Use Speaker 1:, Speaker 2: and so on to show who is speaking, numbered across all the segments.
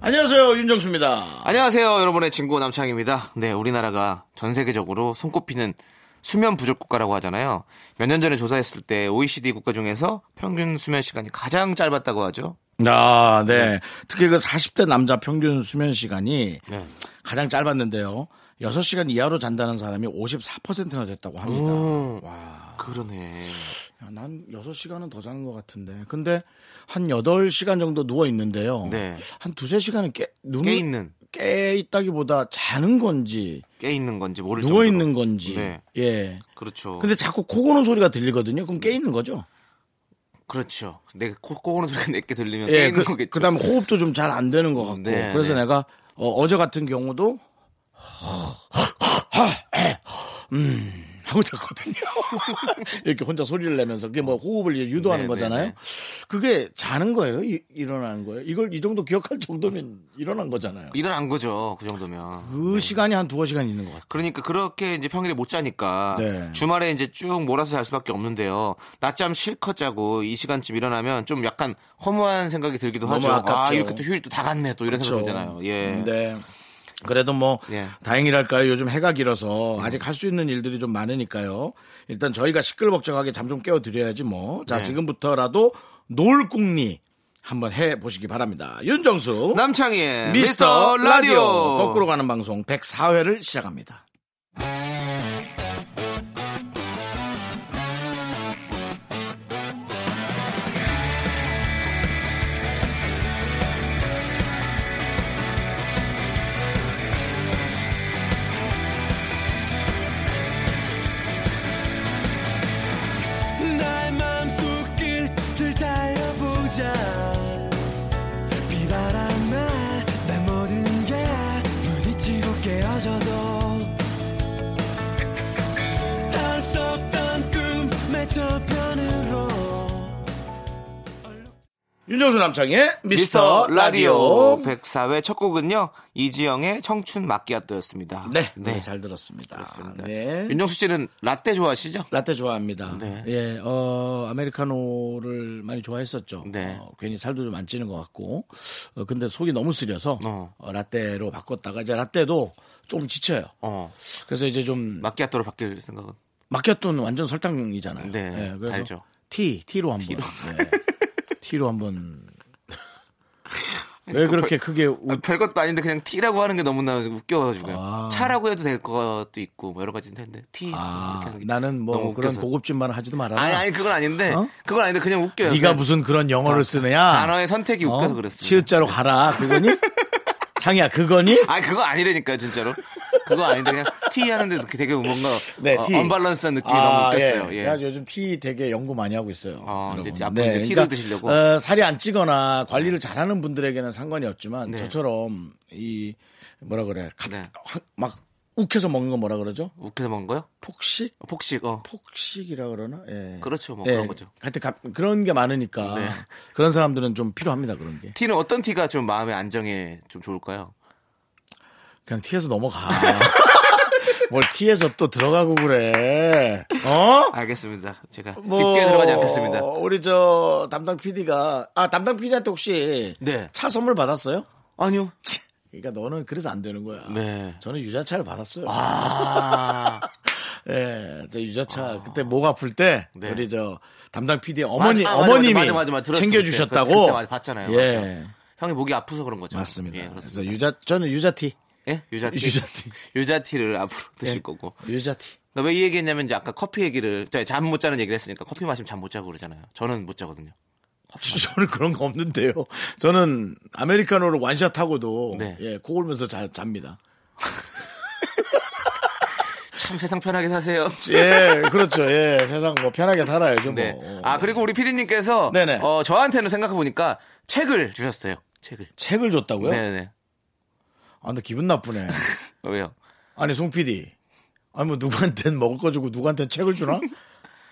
Speaker 1: 안녕하세요 윤정수입니다.
Speaker 2: 안녕하세요, 여러분의 친구 남창입니다. 네, 우리나라가 전 세계적으로 손꼽히는 수면 부족 국가라고 하잖아요. 몇 년 전에 조사했을 때 OECD 국가 중에서 평균 수면 시간이 가장 짧았다고 하죠.
Speaker 1: 아, 네. 특히 그 40대 남자 평균 수면 시간이
Speaker 2: 네.
Speaker 1: 가장 짧았는데요. 6시간 이하로 잔다는 사람이 54%나 됐다고 합니다.
Speaker 2: 음.
Speaker 1: 와. 음.
Speaker 2: 그러네.
Speaker 1: 야, 난 6시간은 더 자는 것 같은데. 근데 한 8시간 정도 누워 있는데요.
Speaker 2: 네.
Speaker 1: 한 두세 시간은 깨, 눈이
Speaker 2: 깨 있는
Speaker 1: 깨 있다기보다 자는 건지
Speaker 2: 깨 있는 건지 모를
Speaker 1: 누워
Speaker 2: 정도로.
Speaker 1: 있는 건지.
Speaker 2: 네,
Speaker 1: 예.
Speaker 2: 그렇죠.
Speaker 1: 근데 자꾸 코 고는 소리가 들리거든요. 그럼 깨 있는 거죠?
Speaker 2: 그렇죠. 내코 꼬는 소리가 내게 들리면 깨
Speaker 1: 예.
Speaker 2: 있는
Speaker 1: 그,
Speaker 2: 거겠죠.
Speaker 1: 그다음에 호흡도 좀 잘 안 되는 것 같고.
Speaker 2: 네,
Speaker 1: 그래서
Speaker 2: 네.
Speaker 1: 내가 어, 제 같은 경우도 음 하고 잤거든요. 이렇게 혼자 소리를 내면서 그게 뭐 호흡을 이제 유도하는
Speaker 2: 네,
Speaker 1: 거잖아요.
Speaker 2: 네, 네.
Speaker 1: 그게 자는 거예요. 이- 일어나는 거예요. 이걸 이 정도 기억할 정도면 일어난 거잖아요.
Speaker 2: 일어난 거죠. 그 정도면.
Speaker 1: 그 시간이 한 두어 시간 있는 것 같아요.
Speaker 2: 그러니까 그렇게 이제 평일에 못 자니까
Speaker 1: 네.
Speaker 2: 주말에 이제 쭉 몰아서 잘 수밖에 없는데요. 낮잠 실컷 자고 이 시간쯤 일어나면 좀 약간 허무한 생각이 들기도
Speaker 1: 너무
Speaker 2: 하죠. 아
Speaker 1: 아깝죠. 그렇죠. 네.
Speaker 2: 이렇게 또 휴일 또 다 갔네 또 이런 생각 들잖아요. 예.
Speaker 1: 근데 그래도 뭐
Speaker 2: 예.
Speaker 1: 다행이랄까요. 요즘 해가 길어서 아직 할 수 있는 일들이 좀 많으니까요. 일단 저희가 시끌벅적하게 잠 좀 깨워드려야지 뭐. 자
Speaker 2: 네.
Speaker 1: 지금부터라도 놀궁리 한번 해 보시기 바랍니다. 윤정수
Speaker 2: 남창희의 네,
Speaker 1: 미스터 라디오 거꾸로
Speaker 2: 거꾸로
Speaker 1: 가는 방송 104회를 시작합니다.
Speaker 3: 날 맘속 끝을 달려보자 비바람에 내 모든 게 부딪히고 깨어져도 다 썼던 꿈의 저편으로
Speaker 1: 윤정수 남창의
Speaker 2: 미스터
Speaker 1: 미스터
Speaker 2: 라디오
Speaker 1: 라디오.
Speaker 2: 104회 첫 곡은요 이지영의 청춘 마끼아또였습니다.
Speaker 1: 네, 네, 잘 들었습니다.
Speaker 2: 그렇습니다.
Speaker 1: 네.
Speaker 2: 윤정수 씨는 라떼 좋아하시죠?
Speaker 1: 라떼 좋아합니다.
Speaker 2: 네.
Speaker 1: 예, 어, 아메리카노를 많이 좋아했었죠.
Speaker 2: 네.
Speaker 1: 어, 괜히 살도 좀 안 찌는 것 같고. 어, 근데 속이 너무 쓰려서
Speaker 2: 어.
Speaker 1: 어, 라떼로 바꿨다가 이제 라떼도 좀 지쳐요.
Speaker 2: 어
Speaker 1: 그래서 이제 좀
Speaker 2: 마끼아또로 바뀔 생각은
Speaker 1: 마키아토는 완전 설탕이잖아요.
Speaker 2: 네,
Speaker 1: 예, 그래서
Speaker 2: 달죠.
Speaker 1: 티, 티로 한번. 티로, 티로 한번. 왜 그렇게 크게
Speaker 2: 아,
Speaker 1: 웃...
Speaker 2: 별것도 아닌데 그냥 티라고 하는 게 너무나 웃겨가지고
Speaker 1: 아.
Speaker 2: 차라고 해도 될 것도 있고 뭐 여러 가지 텐데 티 이렇게
Speaker 1: 아,
Speaker 2: 하는 게
Speaker 1: 나는
Speaker 2: 너무
Speaker 1: 뭐 그런
Speaker 2: 웃겨서.
Speaker 1: 고급진 말을 하지도 말아라.
Speaker 2: 아니 아니 그건 아닌데
Speaker 1: 어?
Speaker 2: 그건 아닌데 그냥 웃겨요
Speaker 1: 네가
Speaker 2: 그냥
Speaker 1: 무슨 그런 영어를 쓰느냐?
Speaker 2: 단어의 선택이
Speaker 1: 어?
Speaker 2: 웃겨서 그랬어요
Speaker 1: 치읓자로 가라. 그거니? 장이야, 그거니?
Speaker 2: 아니 그거 아니라니까요 진짜로 그거 아닌데 그냥 티 하는데 되게 뭔가
Speaker 1: 네,
Speaker 2: 어,
Speaker 1: 티.
Speaker 2: 언밸런스한 느낌이
Speaker 1: 아,
Speaker 2: 너무 웃겼어요
Speaker 1: 예.
Speaker 2: 예.
Speaker 1: 제가 요즘 티 되게 연구 많이 하고 있어요.
Speaker 2: 어, 이제
Speaker 1: 여러분. 네,
Speaker 2: 앞으로 이제 티를 드시려고? 네.
Speaker 1: 어, 살이 안 찌거나 관리를 잘하는 분들에게는 상관이 없지만 저처럼 이 뭐라 그래 가-
Speaker 2: 네.
Speaker 1: 확- 막 욱해서 먹는 건 뭐라 그러죠?
Speaker 2: 웃겨서 먹은 거요?
Speaker 1: 폭식?
Speaker 2: 폭식 어
Speaker 1: 폭식이라 그러나? 예.
Speaker 2: 그렇죠, 뭐
Speaker 1: 예.
Speaker 2: 그런 거죠.
Speaker 1: 하여튼 가- 그런 게 많으니까
Speaker 2: 네.
Speaker 1: 그런 사람들은 좀 필요합니다 그런 게.
Speaker 2: 티는 어떤 티가 좀 마음의 안정에 좀 좋을까요?
Speaker 1: 그냥 티에서 넘어가. 뭘 티에서 또 들어가고 그래. 어?
Speaker 2: 알겠습니다 제가
Speaker 1: 뭐
Speaker 2: 깊게 들어가지 않겠습니다
Speaker 1: 우리 저 담당 PD가 아 담당 PD한테 혹시
Speaker 2: 네.
Speaker 1: 차 선물 받았어요?
Speaker 2: 아니요
Speaker 1: 그러니까 너는 그래서 안 되는 거야.
Speaker 2: 네
Speaker 1: 저는 유자차를 받았어요.
Speaker 2: 아,
Speaker 1: 예, 저 유자차 그때 목 아플 때
Speaker 2: 네.
Speaker 1: 우리 저 담당 PD의 어머니
Speaker 2: 맞아, 맞아,
Speaker 1: 어머님이
Speaker 2: 맞아, 맞아, 맞아. 들었어요.
Speaker 1: 챙겨주셨다고.
Speaker 2: 그때 많이 봤잖아요.
Speaker 1: 예,
Speaker 2: 형이 목이 아프서 그런 거죠.
Speaker 1: 맞습니다.
Speaker 2: 예, 그렇습니다.
Speaker 1: 그래서 유자 저는 유자티,
Speaker 2: 예? 유자티.
Speaker 1: 유자티. 예.
Speaker 2: 유자티. 를 앞으로 드실 거고. 그러니까
Speaker 1: 유자티.
Speaker 2: 왜 이 얘기했냐면 이제 아까 커피 얘기를 잠 못 자는 얘기를 했으니까 커피 마시면 잠 못 자고 그러잖아요. 저는 못 자거든요.
Speaker 1: 저는 그런 거 없는데요. 저는 아메리카노를 완샷하고도
Speaker 2: 네.
Speaker 1: 예, 코 골면서 자, 잡니다.
Speaker 2: 참 세상 편하게 사세요.
Speaker 1: 예, 그렇죠. 예, 세상 뭐 편하게 살아야죠. 뭐.
Speaker 2: 네. 아 그리고 우리 피디님께서
Speaker 1: 네네.
Speaker 2: 어, 저한테는 생각해 보니까 책을 주셨어요. 책을.
Speaker 1: 책을 줬다고요?
Speaker 2: 네네.
Speaker 1: 아, 나 기분 나쁘네.
Speaker 2: 왜요?
Speaker 1: 아니, 송 PD. 아니, 뭐, 누구한텐 먹을 거 주고 누구한텐 책을 주나?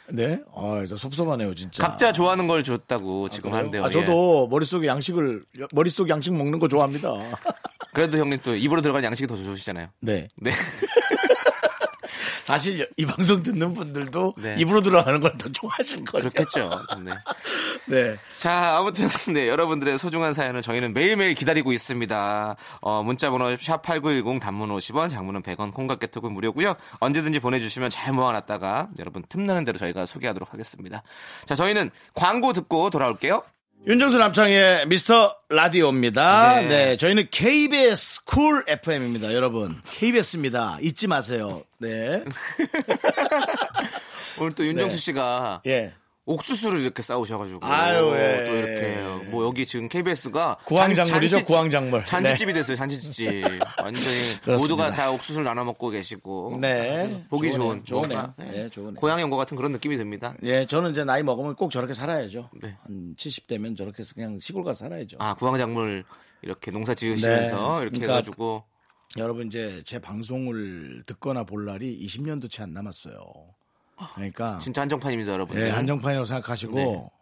Speaker 1: 네? 아, 저 섭섭하네요, 진짜.
Speaker 2: 각자 좋아하는 걸 줬다고 지금
Speaker 1: 그래요?
Speaker 2: 한대요.
Speaker 1: 아, 저도 머릿속에 양식을, 머릿속 양식 먹는 거 좋아합니다.
Speaker 2: 예. 그래도 형님 또 입으로 들어간 양식이 더 좋으시잖아요.
Speaker 1: 네.
Speaker 2: 네.
Speaker 1: 사실 이 방송 듣는 분들도
Speaker 2: 네.
Speaker 1: 입으로 들어가는 걸 더 좋아하실 거예요.
Speaker 2: 그렇겠죠. 네.
Speaker 1: 네.
Speaker 2: 자, 아무튼 네, 여러분들의 소중한 사연을 저희는 매일매일 기다리고 있습니다. 어, 문자 번호 샵8910 단문 50원, 장문은 100원, 콩깍 개톡은 무료고요. 언제든지 보내 주시면 잘 모아 놨다가 여러분 틈나는 대로 저희가 소개하도록 하겠습니다. 자, 저희는 광고 듣고 돌아올게요.
Speaker 1: 윤정수 남창의 미스터 라디오입니다.
Speaker 2: 네.
Speaker 1: 네. 저희는 KBS 쿨 FM입니다, 여러분. KBS입니다. 잊지 마세요. 네.
Speaker 2: 오늘 또 윤정수 씨가
Speaker 1: 예.
Speaker 2: 옥수수를 이렇게 싸우셔가지고
Speaker 1: 아유, 예.
Speaker 2: 또 이렇게 뭐 여기 지금 KBS가
Speaker 1: 구황작물이죠, 구황작물. 네.
Speaker 2: 잔치집이 됐어요 잔치집 완전히
Speaker 1: 그렇습니다.
Speaker 2: 모두가 다 옥수수를 나눠 먹고 계시고
Speaker 1: 네.
Speaker 2: 보기
Speaker 1: 좋으네요.
Speaker 2: 좋은
Speaker 1: 좋으네요.
Speaker 2: 뭔가,
Speaker 1: 예, 좋으네요.
Speaker 2: 고향에 온 것 같은 그런 느낌이 듭니다
Speaker 1: 예, 저는 이제 나이 먹으면 꼭 저렇게 살아야죠.
Speaker 2: 네.
Speaker 1: 한 70대면 저렇게 해서 그냥 시골 가서 살아야죠.
Speaker 2: 아 구황작물 이렇게 농사 지으시면서
Speaker 1: 네.
Speaker 2: 이렇게
Speaker 1: 그러니까
Speaker 2: 해가지고
Speaker 1: 여러분 이제 제 방송을 듣거나 볼 날이 20년도 채 안 남았어요. 그러니까
Speaker 2: 아, 진짜 네. 한정판입니다 여러분들
Speaker 1: 예, 한정판이라고 생각하시고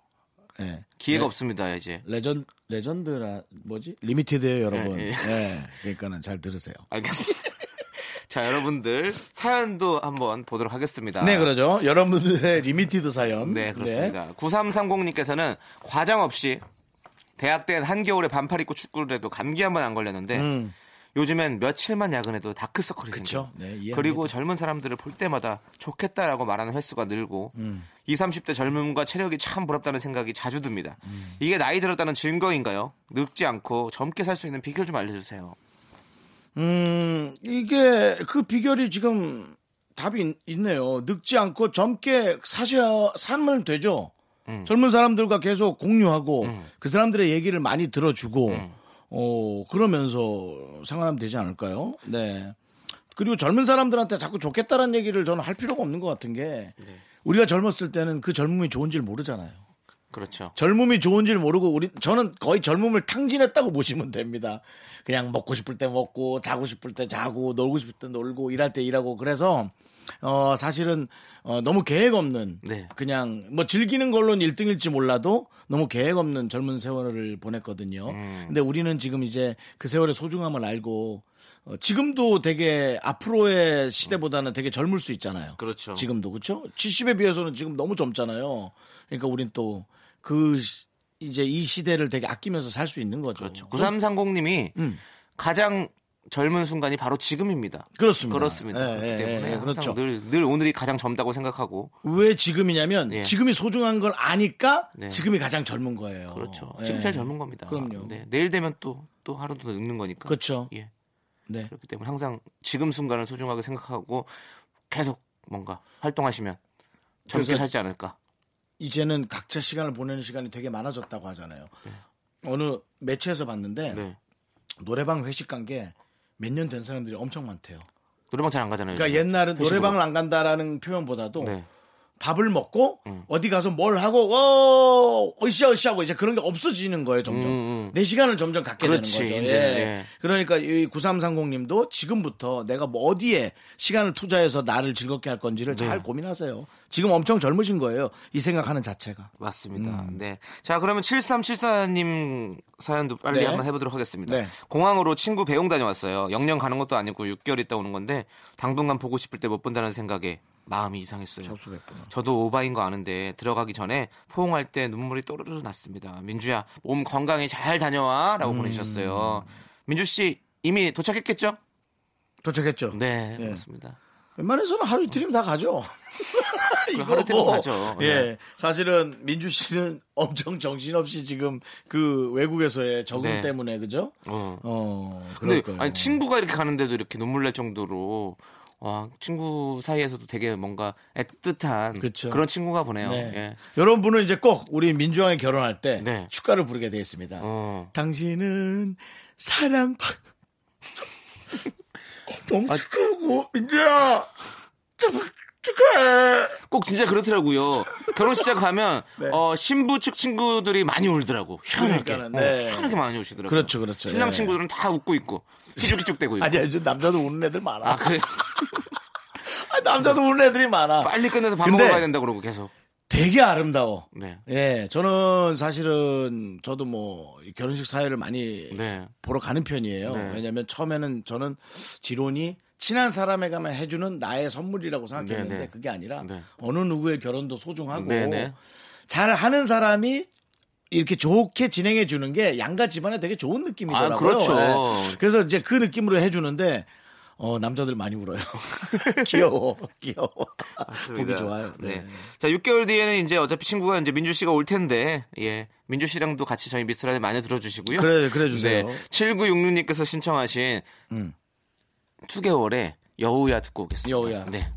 Speaker 2: 네.
Speaker 1: 예.
Speaker 2: 기회가 없습니다 이제
Speaker 1: 레전 레전드라 뭐지? 리미티드예요, 여러분.
Speaker 2: 예,
Speaker 1: 예,
Speaker 2: 예.
Speaker 1: 그러니까는 잘 들으세요.
Speaker 2: 알겠습니다 자 여러분들 사연도 한번 보도록 하겠습니다
Speaker 1: 네, 그러죠. 여러분들의 리미티드 사연.
Speaker 2: 아. 네, 그렇습니다. 9330님께서는 과장 없이 대학 때 한겨울에 반팔 입고 축구를 해도 감기 한 번 안 걸렸는데 요즘엔 며칠만 야근해도 다크서클이 생겨.
Speaker 1: 음. 그쵸. 네, 이해합니다.
Speaker 2: 그리고 젊은 사람들을 볼 때마다 좋겠다라고 말하는 횟수가 늘고
Speaker 1: 음.
Speaker 2: 20, 30대 젊음과 체력이 참 부럽다는 생각이 자주 듭니다.
Speaker 1: 음.
Speaker 2: 이게 나이 들었다는 증거인가요? 늙지 않고 젊게 살 수 있는 비결 좀 알려주세요.
Speaker 1: 음, 이게 그 비결이 지금 답이 있- 있네요. 늙지 않고 젊게 사셔 살면 되죠.
Speaker 2: 음.
Speaker 1: 젊은 사람들과 계속 공유하고 그 사람들의 얘기를 많이 들어주고
Speaker 2: 음.
Speaker 1: 어 그러면서 생활하면 되지 않을까요? 네. 그리고 젊은 사람들한테 자꾸 좋겠다라는 얘기를 저는 할 필요가 없는 것 같은 게
Speaker 2: 네.
Speaker 1: 우리가 젊었을 때는 그 젊음이 좋은지를 모르잖아요.
Speaker 2: 그렇죠.
Speaker 1: 젊음이 좋은지를 모르고 우리 저는 거의 젊음을 탕진했다고 보시면 됩니다. 그냥 먹고 싶을 때 먹고 자고 싶을 때 자고 놀고 싶을 때 놀고 일할 때 일하고 그래서 어 사실은 어 너무 계획 없는
Speaker 2: 네.
Speaker 1: 그냥 뭐 즐기는 걸로는 1등일지 몰라도 너무 계획 없는 젊은 세월을 보냈거든요.
Speaker 2: 음.
Speaker 1: 근데 우리는 지금 이제 그 세월의 소중함을 알고 어, 지금도 되게 앞으로의 시대보다는 되게 젊을 수 있잖아요.
Speaker 2: 그렇죠.
Speaker 1: 지금도 그렇죠. 70에 비해서는 지금 너무 젊잖아요. 그러니까 우린 또 그 이제 이 시대를 되게 아끼면서 살 수 있는 거죠. 그렇죠.
Speaker 2: 9330님이
Speaker 1: 음.
Speaker 2: 가장 젊은 순간이 바로 지금입니다.
Speaker 1: 그렇습니다.
Speaker 2: 그렇습니다.
Speaker 1: 예,
Speaker 2: 그렇기
Speaker 1: 예,
Speaker 2: 때문에
Speaker 1: 예,
Speaker 2: 항상
Speaker 1: 그렇죠.
Speaker 2: 늘, 늘 오늘이 가장 젊다고 생각하고
Speaker 1: 왜 지금이냐면
Speaker 2: 예.
Speaker 1: 지금이 소중한 걸 아니까
Speaker 2: 네.
Speaker 1: 지금이 가장 젊은 거예요.
Speaker 2: 그렇죠.
Speaker 1: 예.
Speaker 2: 지금 제일 젊은 겁니다.
Speaker 1: 그럼요.
Speaker 2: 네, 내일 되면 또 또 하루 더 늙는 거니까.
Speaker 1: 그렇죠.
Speaker 2: 예.
Speaker 1: 네.
Speaker 2: 그렇기 때문에 항상 지금 순간을 소중하게 생각하고 계속 뭔가 활동하시면 젊게
Speaker 1: 그래서-
Speaker 2: 살지 않을까.
Speaker 1: 이제는 각자 시간을 보내는 시간이 되게 많아졌다고 하잖아요. 어느 매체에서 봤는데
Speaker 2: 네.
Speaker 1: 노래방 회식 간 게 몇 년 된 사람들이 엄청 많대요.
Speaker 2: 노래방 잘 안 가잖아요.
Speaker 1: 그러니까
Speaker 2: 요즘은.
Speaker 1: 옛날은
Speaker 2: 네. 회식으로.
Speaker 1: 노래방을 안 간다라는 표현보다도
Speaker 2: 네.
Speaker 1: 밥을 먹고
Speaker 2: 음.
Speaker 1: 어디 가서 뭘 하고 어 으쌰 으쌰 하고 이제 그런 게 없어지는 거예요 점점 내 시간을 점점 갖게
Speaker 2: 음, 그렇지,
Speaker 1: 되는 거죠.
Speaker 2: 이제는,
Speaker 1: 예.
Speaker 2: 예.
Speaker 1: 그러니까 이 9330님도 지금부터 내가 뭐 어디에 시간을 투자해서 나를 즐겁게 할 건지를
Speaker 2: 네.
Speaker 1: 잘 고민하세요. 지금 엄청 젊으신 거예요. 이 생각하는 자체가.
Speaker 2: 맞습니다. 네. 자, 그러면 7374님 사연도 빨리
Speaker 1: 네.
Speaker 2: 한번 해보도록 하겠습니다.
Speaker 1: 네.
Speaker 2: 공항으로 친구 배웅 다녀왔어요. 영영 가는 것도 아니고 6개월 있다 오는 건데 당분간 보고 싶을 때 못 본다는 생각에 마음이 이상했어요.
Speaker 1: 접수했구나.
Speaker 2: 저도 오바인 거 아는데 들어가기 전에 포옹할 때 눈물이 또르르 났습니다. 민주야, 몸 건강히 잘 다녀와라고 보내주셨어요. 민주 씨 이미 도착했겠죠?
Speaker 1: 도착했죠.
Speaker 2: 네,
Speaker 1: 네.
Speaker 2: 그렇습니다.
Speaker 1: 웬만해서는 하루 이틀이면 다 가죠. 이거
Speaker 2: 그 하루 이틀은 가죠.
Speaker 1: 예.
Speaker 2: 네.
Speaker 1: 사실은 민주 씨는 엄청 정신없이 지금 그 외국에서의 적응
Speaker 2: 네.
Speaker 1: 때문에 그죠?
Speaker 2: 어.
Speaker 1: 어. 그럴
Speaker 2: 근데
Speaker 1: 거예요.
Speaker 2: 아니 친구가 이렇게 가는데도 이렇게 눈물 날 정도로 와 친구 사이에서도 되게 뭔가 애틋한
Speaker 1: 그쵸.
Speaker 2: 그런 친구가 보네요.
Speaker 1: 네.
Speaker 2: 예.
Speaker 1: 이런 분은 이제 꼭 우리 민주왕이 결혼할 때
Speaker 2: 네.
Speaker 1: 축가를 부르게 되어 있습니다.
Speaker 2: 어.
Speaker 1: 당신은 사랑 어, 받...
Speaker 2: 아,
Speaker 1: 너무 축하하고 민주야. 제발
Speaker 2: 꼭 진짜 그렇더라고요. 결혼 시작하면 어, 신부 측 친구들이 많이 울더라고. 희한하게.
Speaker 1: 네. 그러니까는, 네.
Speaker 2: 어, 희한하게 많이 우시더라고요.
Speaker 1: 그렇죠, 그렇죠.
Speaker 2: 신랑
Speaker 1: 예.
Speaker 2: 친구들은 다 웃고 있고 기죽기죽대고 있고.
Speaker 1: 아니, 아니, 저 남자도 우는 애들 많아.
Speaker 2: 아, 그래.
Speaker 1: 아, 남자도 우는 애들이 많아.
Speaker 2: 빨리 끝내서 밥
Speaker 1: 근데-
Speaker 2: 먹으러 가야 된다 그러고 계속.
Speaker 1: 되게 아름다워.
Speaker 2: 네.
Speaker 1: 예, 저는 사실은 저도 뭐이 결혼식 사회를 많이
Speaker 2: 네.
Speaker 1: 보러 가는 편이에요.
Speaker 2: 네.
Speaker 1: 왜냐하면 처음에는 저는 지론이 친한 사람에게만 해주는 나의 선물이라고 생각했는데
Speaker 2: 네, 네.
Speaker 1: 그게 아니라
Speaker 2: 네.
Speaker 1: 어느 누구의 결혼도 소중하고
Speaker 2: 네, 네.
Speaker 1: 잘 하는 사람이 이렇게 좋게 진행해 주는 게 양가 집안에 되게 좋은 느낌이더라고요.
Speaker 2: 아, 그렇죠.
Speaker 1: 예. 그래서 이제 그 느낌으로 해주는데 어, 남자들 많이 울어요. 귀여워, 귀여워. 보기 좋아요. 네.
Speaker 2: 네. 자, 6개월 뒤에는 이제 어차피 친구가 이제 민주 씨가 올 텐데, 예. 민주 씨랑도 같이 저희 미스터라디 많이 들어주시고요.
Speaker 1: 그래, 그래 주세요. 음.
Speaker 2: 7966님께서 신청하신 2개월에 여우야 듣고 오겠습니다.
Speaker 1: 여우야.
Speaker 2: 네.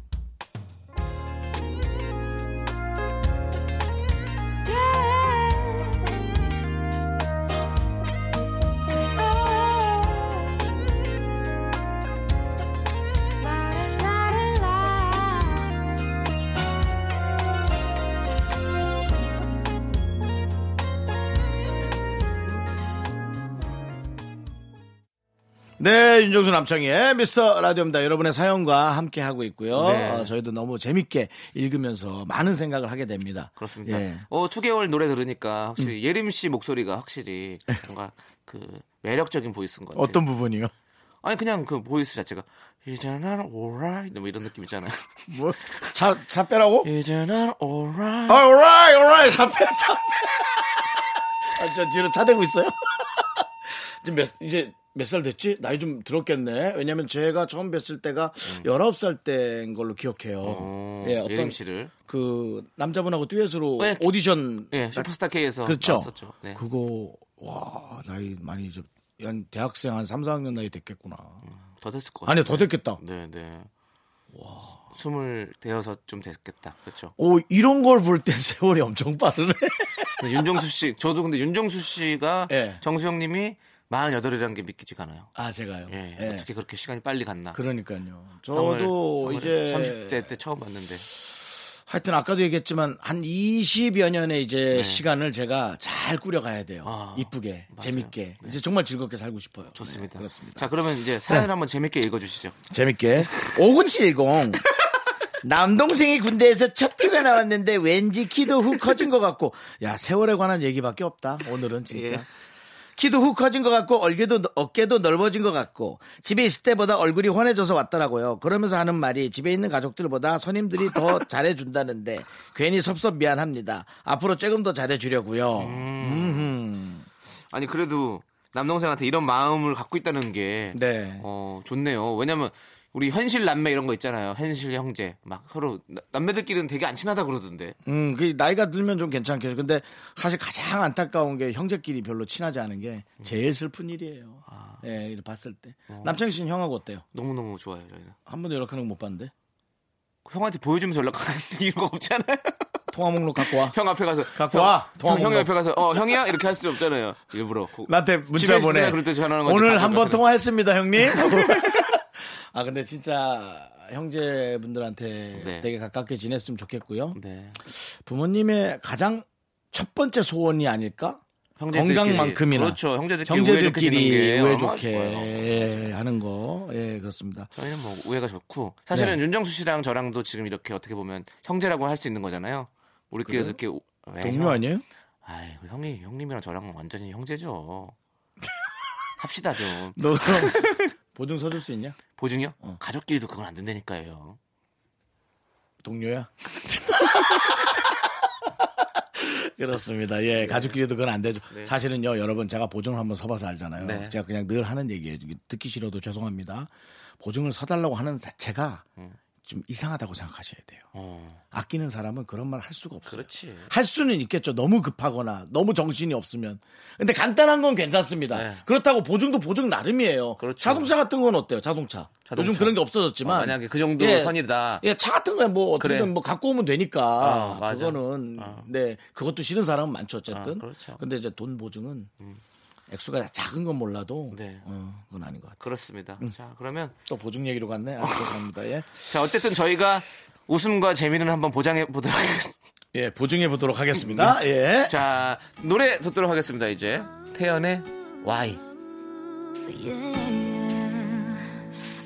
Speaker 1: 네, 윤정수 남창희의 미스터 라디오입니다. 여러분의 사연과 함께 하고 있고요.
Speaker 2: 네.
Speaker 1: 어, 저희도 너무 재밌게 읽으면서 많은 생각을 하게 됩니다.
Speaker 2: 그렇습니다.
Speaker 1: 예. 음.
Speaker 2: 어, 2개월 노래 들으니까 확실히 예림 씨 목소리가 확실히 뭔가 그 매력적인 보이스인 것 같아요.
Speaker 1: 어떤 부분이요?
Speaker 2: 아니, 그냥 그 보이스 자체가 이제는 alright. 뭐 이런 느낌 있잖아요.
Speaker 1: 뭐? 차, 차 빼라고?
Speaker 2: 예. 이제는 alright.
Speaker 1: 아, 오라이, 오라이, 차 빼, 차 빼. 아, 저 뒤로 차 대고 있어요? 지금 몇, 이제 몇 살 됐지? 나이 좀 들었겠네. 왜냐면 제가 처음 뵀을 때가 19살 때인 걸로 기억해요.
Speaker 2: 어,
Speaker 1: 예, 어떤
Speaker 2: 예림 씨를
Speaker 1: 그 남자분하고 듀엣으로
Speaker 2: 네.
Speaker 1: 오디션
Speaker 2: 예, 슈퍼스타 K에서
Speaker 1: 그렇죠.
Speaker 2: 나왔었죠. 네.
Speaker 1: 그거 와 나이 많이 이제 한 대학생 한 3, 4학년 나이 됐겠구나.
Speaker 2: 더 됐을 것 같아요.
Speaker 1: 아니 더 됐겠다.
Speaker 2: 네, 네. 스물 대여섯 좀 됐겠다. 그렇죠.
Speaker 1: 오 이런 걸 볼 땐 세월이 엄청 빠르네.
Speaker 2: 근데 윤정수 씨, 저도 근데 윤정수 씨가
Speaker 1: 예.
Speaker 2: 정수영 님이 48이라는 게 믿기지가 않아요.
Speaker 1: 아 제가요.
Speaker 2: 예,
Speaker 1: 예.
Speaker 2: 어떻게 그렇게 시간이 빨리 갔나.
Speaker 1: 그러니까요.
Speaker 2: 형을-
Speaker 1: 저도
Speaker 2: 형을
Speaker 1: 이제
Speaker 2: 30대 때 처음 봤는데.
Speaker 1: 하여튼 아까도 얘기했지만 한 20여 년의 이제 시간을 제가 잘 꾸려가야 돼요.
Speaker 2: 네. 아, 네.
Speaker 1: 이쁘게 재밌게 이제 정말 즐겁게 살고 싶어요.
Speaker 2: 좋습니다.
Speaker 1: 네, 그렇습니다. 네.
Speaker 2: 자, 그러면 이제 사연을 한번 재밌게 읽어 주시죠.
Speaker 1: 재밌게 5970 남동생이 군대에서 첫 휴가 나왔는데 왠지 키도 훅 커진 것 같고 야 세월에 관한 얘기밖에 없다 오늘은 진짜
Speaker 2: 예.
Speaker 1: 키도 훅 커진 것 같고 얼개도 어깨도 넓어진 것 같고 집에 있을 때보다 얼굴이 환해져서 왔더라고요 그러면서 하는 말이 집에 있는 가족들보다 선임들이 더 잘해준다는데 괜히 섭섭 미안합니다 앞으로 조금 더 잘해주려고요
Speaker 2: 아니, 그래도 남동생한테 이런 마음을 갖고 있다는 게
Speaker 1: 네.
Speaker 2: 어, 좋네요. 왜냐면 우리 현실 남매 이런 거 있잖아요. 현실 형제 막 서로 나- 남매들끼리는 되게 안 친하다 그러던데.
Speaker 1: 음, 그 나이가 들면 좀 괜찮겠죠. 근데 사실 가장 안타까운 게 형제끼리 별로 친하지 않은 게 제일 슬픈 일이에요.
Speaker 2: 아.
Speaker 1: 예, 이렇게 봤을 때.
Speaker 2: 어.
Speaker 1: 남창희 씨는 형하고 어때요?
Speaker 2: 너무너무 좋아요, 저희는.
Speaker 1: 한 번도 연락하는 거 못 봤는데.
Speaker 2: 형한테 보여주면서 연락하는 이유가 없잖아요.
Speaker 1: 통화 목록 갖고 와.
Speaker 2: 형 앞에 가서
Speaker 1: 갖고
Speaker 2: 형,
Speaker 1: 와,
Speaker 2: 형,
Speaker 1: 동원도.
Speaker 2: 형 옆에 가서 어 형이야 이렇게 할 수 없잖아요. 일부러 고-
Speaker 1: 나한테
Speaker 2: 집에
Speaker 1: 문자
Speaker 2: 있을 때나
Speaker 1: 보내.
Speaker 2: 그럴 때 전화하는 거지.
Speaker 1: 오늘
Speaker 2: 가끔
Speaker 1: 한 번
Speaker 2: 그러잖아요.
Speaker 1: 통화했습니다, 형님. 아, 근데 진짜 형제분들한테
Speaker 2: 네.
Speaker 1: 되게 가깝게 지냈으면 좋겠고요.
Speaker 2: 네.
Speaker 1: 부모님의 가장 첫 번째 소원이 아닐까?
Speaker 2: 형제들끼리.
Speaker 1: 건강만큼이나
Speaker 2: 그렇죠. 형제들끼리
Speaker 1: 형제들끼리
Speaker 2: 우애
Speaker 1: 우애
Speaker 2: 좋게 지내는 게 얼마나
Speaker 1: 좋게
Speaker 2: 좋아요.
Speaker 1: 예, 하는 거. 예, 그렇습니다.
Speaker 2: 저희는 뭐 우애가 좋고 사실은
Speaker 1: 네.
Speaker 2: 윤정수 씨랑 저랑도 지금 이렇게 어떻게 보면 형제라고 할 수 있는 거잖아요. 우리끼리 네, 이렇게 오- 왜
Speaker 1: 동료
Speaker 2: 형?
Speaker 1: 아니에요?
Speaker 2: 아이 그 형이 형님이랑 저랑 완전히 형제죠. 합시다 좀
Speaker 1: 너 그럼 보증 서줄 수 있냐?
Speaker 2: 보증이요?
Speaker 1: 어.
Speaker 2: 가족끼리도 그건 안 된다니까요.
Speaker 1: 동료야? 그렇습니다. 예,
Speaker 2: 네.
Speaker 1: 가족끼리도 그건 안 되죠. 사실은요, 여러분 제가 보증을 한번 서봐서 알잖아요.
Speaker 2: 네.
Speaker 1: 제가 그냥 늘 하는 얘기예요. 듣기 싫어도 죄송합니다. 보증을 서달라고 하는 자체가
Speaker 2: 음.
Speaker 1: 좀 이상하다고 생각하셔야 돼요.
Speaker 2: 어
Speaker 1: 아끼는 사람은 그런 말 할 수가 없어요.
Speaker 2: 그렇지.
Speaker 1: 할 수는 있겠죠. 너무 급하거나 너무 정신이 없으면. 근데 간단한 건 괜찮습니다.
Speaker 2: 네.
Speaker 1: 그렇다고 보증도 보증 나름이에요.
Speaker 2: 그렇죠.
Speaker 1: 자동차 같은 건 어때요? 자동차.
Speaker 2: 자동차.
Speaker 1: 요즘 그런 게 없어졌지만
Speaker 2: 어, 만약에 그 정도 선이다.
Speaker 1: 예, 차 같은 건 뭐 어떻게든
Speaker 2: 그래.
Speaker 1: 뭐 갖고 오면 되니까
Speaker 2: 어, 맞아.
Speaker 1: 그거는 네 그것도 싫은 사람은 많죠 어쨌든.
Speaker 2: 아, 그렇죠. 음.
Speaker 1: 근데 이제 돈 보증은 액수가 작은 건 몰라도
Speaker 2: 네.
Speaker 1: 어, 그건 아닌 것 같아요.
Speaker 2: 그렇습니다. 자 그러면
Speaker 1: 또 보증 얘기로 갔네. 아, 죄송합니다. 예.
Speaker 2: 자 어쨌든 저희가 웃음과 재미는 한번 보장해 보도록 하겠습니다.
Speaker 1: 예, 보증해 보도록 하겠습니다. 예.
Speaker 2: 자, 노래 듣도록 하겠습니다, 이제. 태연의 Why.
Speaker 4: 예, yeah.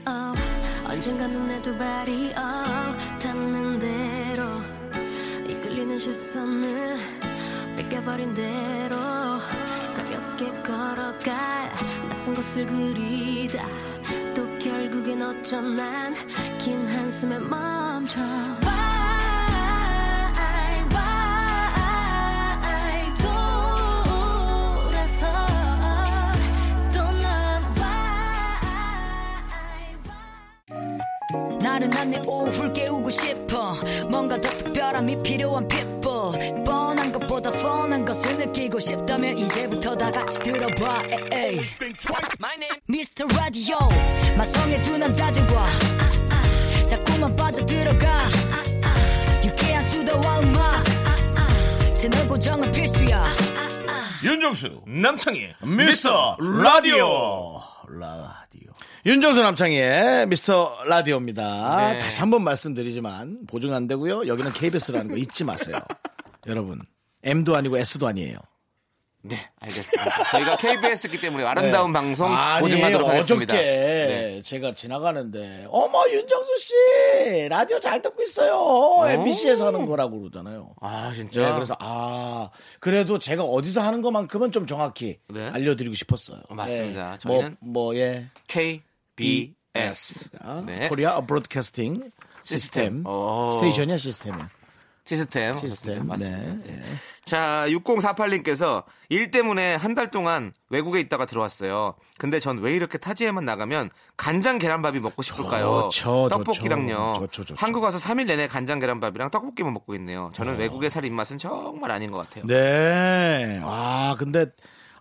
Speaker 4: oh, 언젠가 눈에 두 발이 oh, 닿는 대로 이끌리는 시선을 뺏겨버린 대로 가볍게 걸어갈 낯선 곳을 그리다 또 결국엔 어쩐 난긴 한숨에 멈춰 Why, why 돌아서 또난 why
Speaker 5: 나른한 내 오후를 깨우고 싶어 뭔가 더 특별함이 필요한 people 뻔한 것보다 뻔한 것을 느끼고 싶다면 이제부터 다 같이 들어봐 에이. Mr. Radio 마성의 두 남자들과 자꾸만 빠져들어가 유쾌한 수다와 음악 채널 고정은 필수야
Speaker 1: 윤정수 남창희 미스터 라디오 라디오 윤정수 남창희의 미스터 라디오입니다.
Speaker 2: 네.
Speaker 1: 다시 한번 말씀드리지만 보증 안 되고요. 여기는 KBS라는 거 잊지 마세요. 여러분 M도 아니고 S도 아니에요.
Speaker 2: 네, 알겠습니다. 저희가 KBS기 때문에 아름다운 방송 보증하도록
Speaker 1: 네. 아니에요.
Speaker 2: 하겠습니다.
Speaker 1: 어저께
Speaker 2: 네.
Speaker 1: 제가 지나가는데 어머 윤정수 씨 라디오 잘 듣고 있어요. MBC에서 하는 거라고 그러잖아요.
Speaker 2: 아, 진짜.
Speaker 1: 네, 그래서 아 그래도 제가 어디서 하는 것만큼은 좀 정확히
Speaker 2: 네.
Speaker 1: 알려드리고 싶었어요.
Speaker 2: 맞습니다.
Speaker 1: 네.
Speaker 2: 저희는
Speaker 1: 뭐, 뭐 예.
Speaker 2: KBS. E 네.
Speaker 1: 코리아 브로드캐스팅 시스템
Speaker 2: 오.
Speaker 1: 스테이션이야 시스템이
Speaker 2: 시스템.
Speaker 1: 시스템
Speaker 2: 아, 맞습니다.
Speaker 1: 네. 예.
Speaker 2: 자, 6048님께서 일 때문에 한 달 동안 외국에 있다가 들어왔어요. 근데 전 왜 이렇게 타지에만 나가면 간장 계란밥이 먹고 싶을까요?
Speaker 1: 좋죠,
Speaker 2: 떡볶이랑요.
Speaker 1: 좋죠, 좋죠, 좋죠.
Speaker 2: 한국 와서 3일 내내 간장 계란밥이랑 떡볶이만 먹고 있네요. 저는 외국에 살 입맛은 정말 아닌 것 같아요.
Speaker 1: 네. 아 근데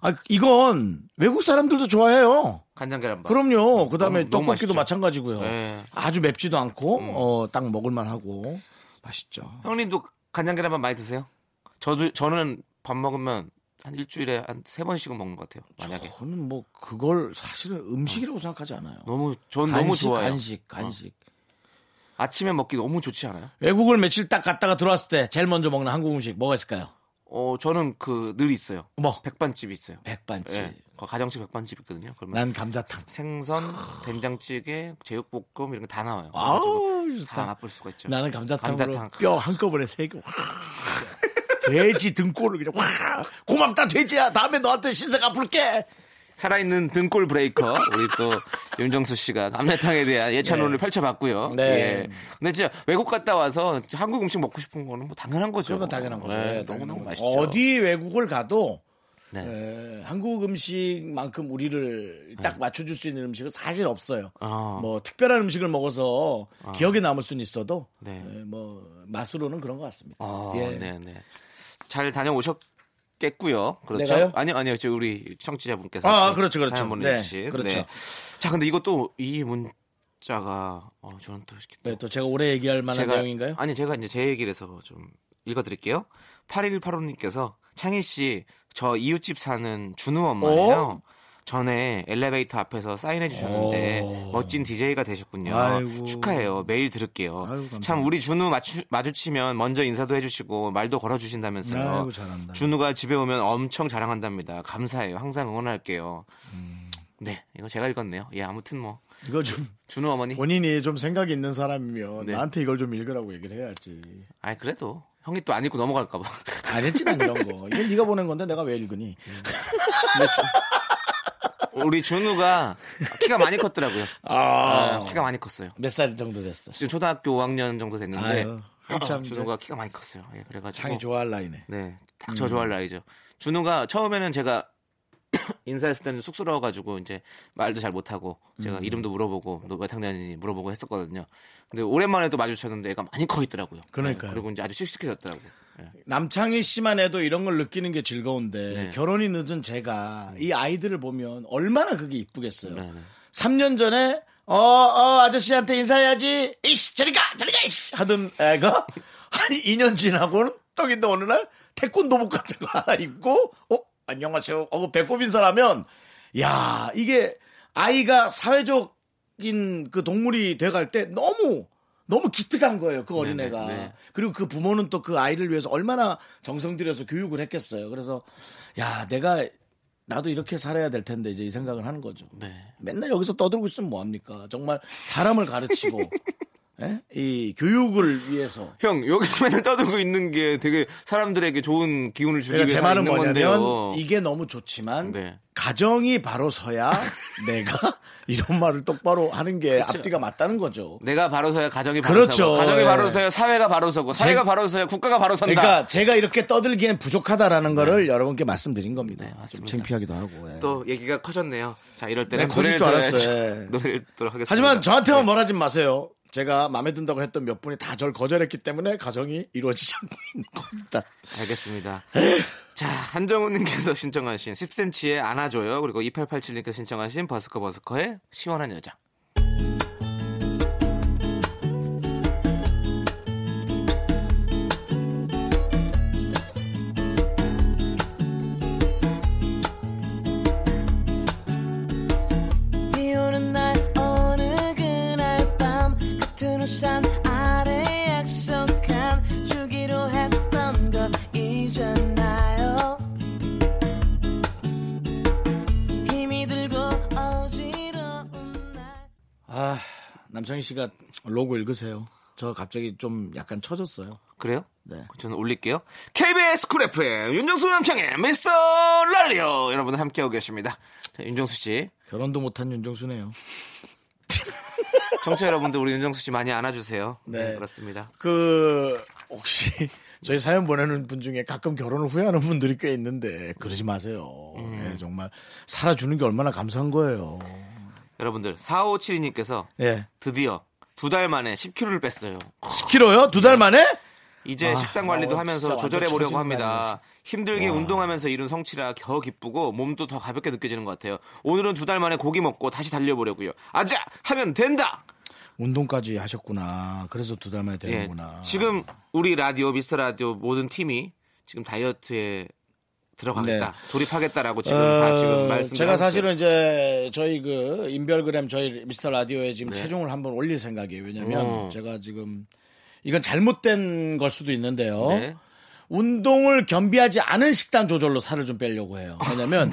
Speaker 1: 아 이건 외국 사람들도 좋아해요.
Speaker 2: 간장 계란밥.
Speaker 1: 그럼요. 그다음에
Speaker 2: 너무- 너무
Speaker 1: 떡볶이도
Speaker 2: 맛있죠.
Speaker 1: 마찬가지고요.
Speaker 2: 네. 음.
Speaker 1: 아주 맵지도 않고 어, 딱 먹을만하고 맛있죠.
Speaker 2: 형님도 간장 계란밥 많이 드세요? 저도 저는 밥 먹으면 한 일주일에 한 세 번씩은 먹는 것 같아요. 만약에
Speaker 1: 저는 뭐 그걸 사실은 음식이라고 생각하지 않아요.
Speaker 2: 너무 전
Speaker 1: 간식,
Speaker 2: 너무 좋아요. 어.
Speaker 1: 간식, 간식.
Speaker 2: 아침에 먹기 너무 좋지 않아요?
Speaker 1: 외국을 며칠 딱 갔다가 들어왔을 때 제일 먼저 먹는 한국 음식 뭐가 있을까요?
Speaker 2: 어 저는 그 늘 있어요.
Speaker 1: 뭐?
Speaker 2: 백반집이 있어요.
Speaker 1: 백반집.
Speaker 2: 예. 거- 가정집 백반집 있거든요. 그러면
Speaker 1: 난 감자탕.
Speaker 2: 생선, 된장찌개, 제육볶음 이런 거 다 나와요.
Speaker 1: 아우,
Speaker 2: 그래가지고
Speaker 1: 좋다.
Speaker 2: 다 맛볼 수가 있죠.
Speaker 1: 나는 감자탕으로
Speaker 2: 감자탕.
Speaker 1: 뼈 한꺼번에 세 개. 확. 돼지 등골을 그냥 확. 고맙다 돼지야. 다음에 너한테 신세 갚을게.
Speaker 2: 살아있는 등골 브레이커 우리 또 윤정수 씨가 감자탕에 대한 예찬론을 펼쳐봤고요.
Speaker 1: 네.
Speaker 2: 예. 근데 진짜 외국 갔다 와서 한국 음식 먹고 싶은 거는 뭐 당연한 거죠.
Speaker 1: 그러면 당연한 거죠.
Speaker 2: 예,
Speaker 1: 예, 당연한
Speaker 2: 너무너무
Speaker 1: 거죠.
Speaker 2: 맛있죠.
Speaker 1: 어디 외국을 가도
Speaker 2: 네.
Speaker 1: 에, 한국 음식만큼 우리를
Speaker 2: 네.
Speaker 1: 딱 맞춰줄 수 있는 음식은 사실 없어요.
Speaker 2: 아.
Speaker 1: 뭐 특별한 음식을 먹어서 기억에 남을 수는 있어도
Speaker 2: 네.
Speaker 1: 에, 뭐 맛으로는 그런 것 같습니다.
Speaker 2: 아,
Speaker 1: 예.
Speaker 2: 네, 네. 잘 다녀오셨겠고요. 그렇죠.
Speaker 1: 내가요?
Speaker 2: 아니요, 아니요. 저 우리 청취자분께서
Speaker 1: 아,
Speaker 2: 지금
Speaker 1: 그렇죠, 그렇죠.
Speaker 2: 사연 보내주신.
Speaker 1: 네, 그렇죠.
Speaker 2: 자, 근데 이것도 이 문자가 어, 저는 또 이렇게 또
Speaker 1: 네, 또 제가 오래 얘기할 만한 내용인가요?
Speaker 2: 아니 제가 이제 제 얘기를 해서 좀 읽어드릴게요. 8185님께서 창희 씨 저 이웃집 사는 준우
Speaker 1: 어?
Speaker 2: 엄마예요. 전에 엘리베이터 앞에서 사인해 주셨는데 멋진 DJ가 되셨군요.
Speaker 1: 어. 아이고.
Speaker 2: 축하해요. 매일 들을게요. 참 우리 준우 마주, 마주치면 먼저 인사도 해주시고 말도 걸어주신다면서요.
Speaker 1: 아이고, 잘한다.
Speaker 2: 준우가 집에 오면 엄청 자랑한답니다. 감사해요. 항상 응원할게요.
Speaker 1: 음.
Speaker 2: 네, 이거 제가 읽었네요. 예, 아무튼 뭐
Speaker 1: 이거 좀
Speaker 2: 준우 어머니.
Speaker 1: 본인이 좀 생각이 있는 사람이면 나한테 이걸 좀 읽으라고 얘기를 해야지.
Speaker 2: 아이 그래도 형이 또 안 읽고 넘어갈까 봐.
Speaker 1: 안 했지 난 이런 거. 음. 이건 네가 보낸 건데 내가 왜 읽으니?
Speaker 2: 근데 주- 우리 준우가 키가 많이 컸더라고요. 아, 키가 많이 컸어요.
Speaker 1: 몇 살 정도 됐어?
Speaker 2: 지금 초등학교 5학년 정도 됐는데 어,
Speaker 1: 아유, 한참
Speaker 2: 준우가 키가 많이 컸어요. 예, 그래가지고
Speaker 1: 창이 좋아할 음. 나이네.
Speaker 2: 네, 딱 저 좋아할 나이죠. 준우가 처음에는 제가 인사했을 때는 쑥스러워가지고 이제 말도 잘 못하고
Speaker 1: 음.
Speaker 2: 제가 이름도 물어보고 또몇 학년이니 물어보고 했었거든요. 근데 오랜만에 또 마주쳤는데 애가 많이 커 있더라고요.
Speaker 1: 그러니까요.
Speaker 2: 예, 그리고 이제 아주 씩씩해졌더라고요. 예.
Speaker 1: 남창희 씨만 해도 이런 걸 느끼는 게 즐거운데
Speaker 2: 네. 음.
Speaker 1: 결혼이 늦은 제가 이 아이들을 보면 얼마나 그게 이쁘겠어요.
Speaker 2: 네, 네.
Speaker 1: 3년 전에 어, 어, 아저씨한테 인사해야지. 이씨, 저리 가, 저리 가, 이씨. 하던 애가 한 2년 지나고는 떡인데 어느 날 태권도복 같은 거 하나 입고, 어, 안녕하세요. 어, 배꼽 인사라면, 야 이게 아이가 사회적인 그 동물이 돼갈 때 너무 너무 기특한 거예요 그 어린애가
Speaker 2: 네.
Speaker 1: 그리고 그 부모는 또 그 아이를 위해서 얼마나 정성 들여서 교육을 했겠어요 그래서 야 내가 나도 이렇게 살아야 될 텐데 이제 이 생각을 하는 거죠
Speaker 2: 네.
Speaker 1: 맨날 여기서 떠들고 있으면 뭐합니까 정말 사람을 가르치고 예? 이 교육을 위해서
Speaker 2: 형 여기서 맨날 떠들고 있는 게 되게 사람들에게 좋은 기운을 주기
Speaker 1: 제가
Speaker 2: 위해서
Speaker 1: 제 말은
Speaker 2: 있는
Speaker 1: 뭐냐면
Speaker 2: 건데요.
Speaker 1: 이게 너무 좋지만
Speaker 2: 네.
Speaker 1: 가정이 바로 서야 내가 이런 말을 똑바로 하는 게 앞뒤가 맞다는 거죠.
Speaker 2: 내가 바로 서야 가정이 바로
Speaker 1: 그렇죠.
Speaker 2: 서고 가정이
Speaker 1: 예.
Speaker 2: 바로 서야 사회가 바로 서고 사회가 바로 서야 국가가 바로 선다. 네.
Speaker 1: 그러니까 제가 이렇게 떠들기엔 부족하다라는 거를 여러분께 말씀드린 겁니다. 좀
Speaker 2: 맞습니다.
Speaker 1: 창피하기도 하고. 예.
Speaker 2: 또 얘기가 커졌네요. 자 이럴
Speaker 1: 네,
Speaker 2: 때는
Speaker 1: 커질
Speaker 2: 노래를
Speaker 1: 줄 알았어요.
Speaker 2: 들어야죠.
Speaker 1: 예.
Speaker 2: 노래를 듣도록 하겠습니다. 네.
Speaker 1: 하지만 저한테만 뭐라 하지 마세요. 제가 마음에 든다고 했던 몇 분이 다 절 거절했기 때문에 가정이 이루어지지 않고 있는 겁니다.
Speaker 2: 알겠습니다. 자, 한정우님께서 신청하신 10cm의 안아줘요. 그리고 2887님께서 신청하신 버스커버스커의 시원한 여자.
Speaker 4: 비 오는 날 어느 그날 밤 같은 우산 아래 약속한 주기로 했던 것 잊었나요 힘이 들고 어지러운 날
Speaker 1: 아, 남창희 씨가 로고 읽으세요. 저 갑자기 좀 약간 처졌어요.
Speaker 2: 그래요?
Speaker 1: 네.
Speaker 2: 저는 올릴게요. KBS 쿨 FM 윤정수 남창의 미스터 라디오 여러분 함께하고 계십니다. 자, 윤정수 씨,
Speaker 1: 결혼도 못한 윤정수네요.
Speaker 2: 청취자 여러분들 우리 윤정수 씨 많이 안아주세요.
Speaker 1: 네.
Speaker 2: 네, 그렇습니다.
Speaker 1: 그 혹시 저희 사연 보내는 분 중에 가끔 결혼을 후회하는 분들이 꽤 있는데 그러지 마세요.
Speaker 2: 음.
Speaker 1: 예, 정말 살아주는 게 얼마나 감사한 거예요.
Speaker 2: 여러분들 4572님께서
Speaker 1: 예.
Speaker 2: 드디어 두 달 만에 10kg를 뺐어요.
Speaker 1: 10kg요? 두
Speaker 2: 네.
Speaker 1: 달 만에?
Speaker 2: 이제 식단 관리도
Speaker 1: 어,
Speaker 2: 하면서
Speaker 1: 진짜
Speaker 2: 조절해
Speaker 1: 완전
Speaker 2: 보려고
Speaker 1: 처지는
Speaker 2: 합니다.
Speaker 1: 말이야,
Speaker 2: 힘들게 운동하면서 이룬 성취라 더 기쁘고 몸도 더 가볍게 느껴지는 것 같아요. 오늘은 두 달 만에 고기 먹고 다시 달려보려고요. 아자 하면 된다.
Speaker 1: 운동까지 하셨구나. 그래서 두 달 만에
Speaker 2: 예,
Speaker 1: 되는구나.
Speaker 2: 지금 우리 라디오 미스터 라디오 모든 팀이 지금 다이어트에 들어가겠다, 돌입하겠다라고 지금 다 지금 말씀.
Speaker 1: 네. 어, 제가 사실은 이제 저희 그 인별그램 저희 미스터 라디오에 지금 체중을 한번 올릴 생각이에요. 왜냐면
Speaker 2: 네. 어.
Speaker 1: 제가 지금 이건 잘못된 걸 수도 있는데요.
Speaker 2: 네.
Speaker 1: 운동을 겸비하지 않은 식단 조절로 살을 좀 빼려고 해요. 왜냐면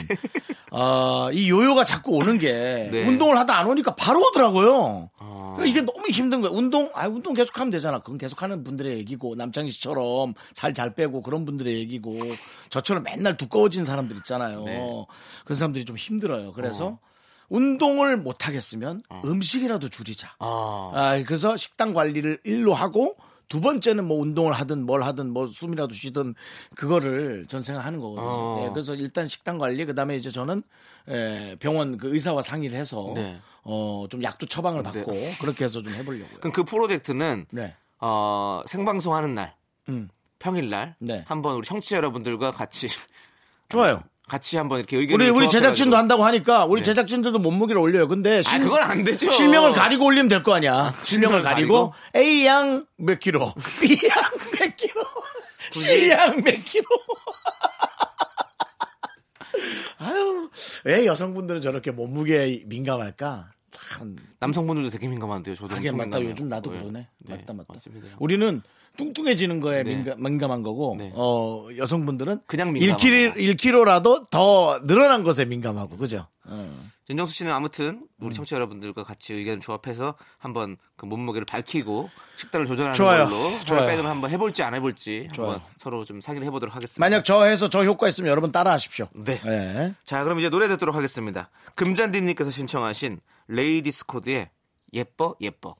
Speaker 1: 어, 이 요요가 자꾸 오는 게
Speaker 2: 네. 아.
Speaker 1: 운동을 하다 안 오니까 바로 오더라고요. 그러니까 이게 너무 힘든 거예요. 운동, 아 운동 계속 하면 되잖아. 그건 계속 하는 분들의 얘기고 남창희 씨처럼 살 잘 빼고 그런 분들의 얘기고 저처럼 맨날 두꺼워진 사람들 있잖아요.
Speaker 2: 네.
Speaker 1: 그런 사람들이 좀 힘들어요. 그래서 운동을 못 하겠으면 음식이라도 줄이자.
Speaker 2: 어. 아.
Speaker 1: 아, 그래서 식단 관리를 일로 하고 두 번째는 뭐 운동을 하든 뭘 하든 뭐 숨이라도 쉬든 그거를 전 생각하는 거거든요.
Speaker 2: 어.
Speaker 1: 네, 그래서 일단 식단 관리 그다음에 이제 저는 에, 병원 그 의사와 상의를 해서
Speaker 2: 네.
Speaker 1: 어, 좀 약도 처방을
Speaker 2: 네.
Speaker 1: 받고 그렇게 해서 좀 해보려고요.
Speaker 2: 그럼 그 프로젝트는
Speaker 1: 네.
Speaker 2: 어, 생방송 하는 날,
Speaker 1: 음.
Speaker 2: 평일 날
Speaker 1: 네.
Speaker 2: 한번 우리 청취자 여러분들과 같이
Speaker 1: 좋아요.
Speaker 2: 같이 한번 이렇게 의견을
Speaker 1: 우리 우리 제작진도
Speaker 2: 조합해가지고.
Speaker 1: 한다고 하니까 우리
Speaker 2: 네.
Speaker 1: 제작진들도 몸무게를 올려요. 근데
Speaker 2: 아,
Speaker 1: 실-
Speaker 2: 그건 안 되죠.
Speaker 1: 실명을 가리고 올리면 될 거 아니야. 실명을
Speaker 2: 실명을
Speaker 1: 가리고, A 양 몇 킬로, B 양몇 킬로, C 양몇 킬로. 아유, 왜 여성분들은 저렇게 몸무게에 민감할까? 참
Speaker 2: 남성분들도 되게 민감한데요. 저도
Speaker 1: 하긴
Speaker 2: 엄청
Speaker 1: 아, 맞다.
Speaker 2: 민감해요.
Speaker 1: 요즘 나도
Speaker 2: 예.
Speaker 1: 그러네.
Speaker 2: 네,
Speaker 1: 맞다 맞다.
Speaker 2: 맞습니다.
Speaker 1: 우리는 뚱뚱해지는 거에
Speaker 2: 네.
Speaker 1: 민감, 민감한 거고
Speaker 2: 네.
Speaker 1: 어, 여성분들은
Speaker 2: 그냥 민감한
Speaker 1: 1kg,
Speaker 2: 거고.
Speaker 1: 1kg라도 더 늘어난 것에 민감하고 그죠? 어.
Speaker 2: 진정수 씨는 아무튼
Speaker 1: 음.
Speaker 2: 우리 청취자 여러분들과 같이 의견 조합해서 한번 그 몸무게를 밝히고 식단을 조절하는
Speaker 1: 좋아요.
Speaker 2: 걸로
Speaker 1: 좋아요.
Speaker 2: 살 빼는 걸 한번 해볼지 안 해볼지
Speaker 1: 좋아요.
Speaker 2: 한번 서로 좀 상의를 해보도록 하겠습니다.
Speaker 1: 만약 저 해서 저 효과 있으면 여러분 따라하십시오.
Speaker 2: 네.
Speaker 1: 예.
Speaker 2: 자 그럼 이제 노래 듣도록 하겠습니다. 금잔디님께서 신청하신 레이디스 코드의 예뻐 예뻐.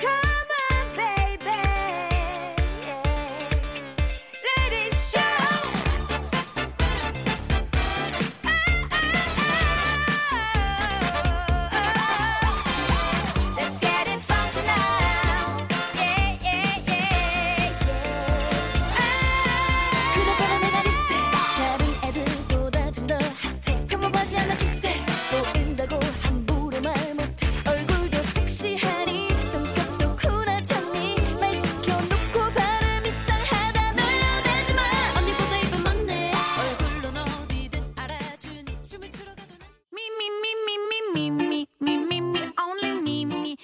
Speaker 6: Come on, baby. Let it show. Let's get it funky now. Yeah, yeah, yeah, yeah.
Speaker 4: 그나저나 내가 리셋 다른 애들보다 좀더 핫해 평범하지 않아 기세 보인다고 함부로 말 못해 얼굴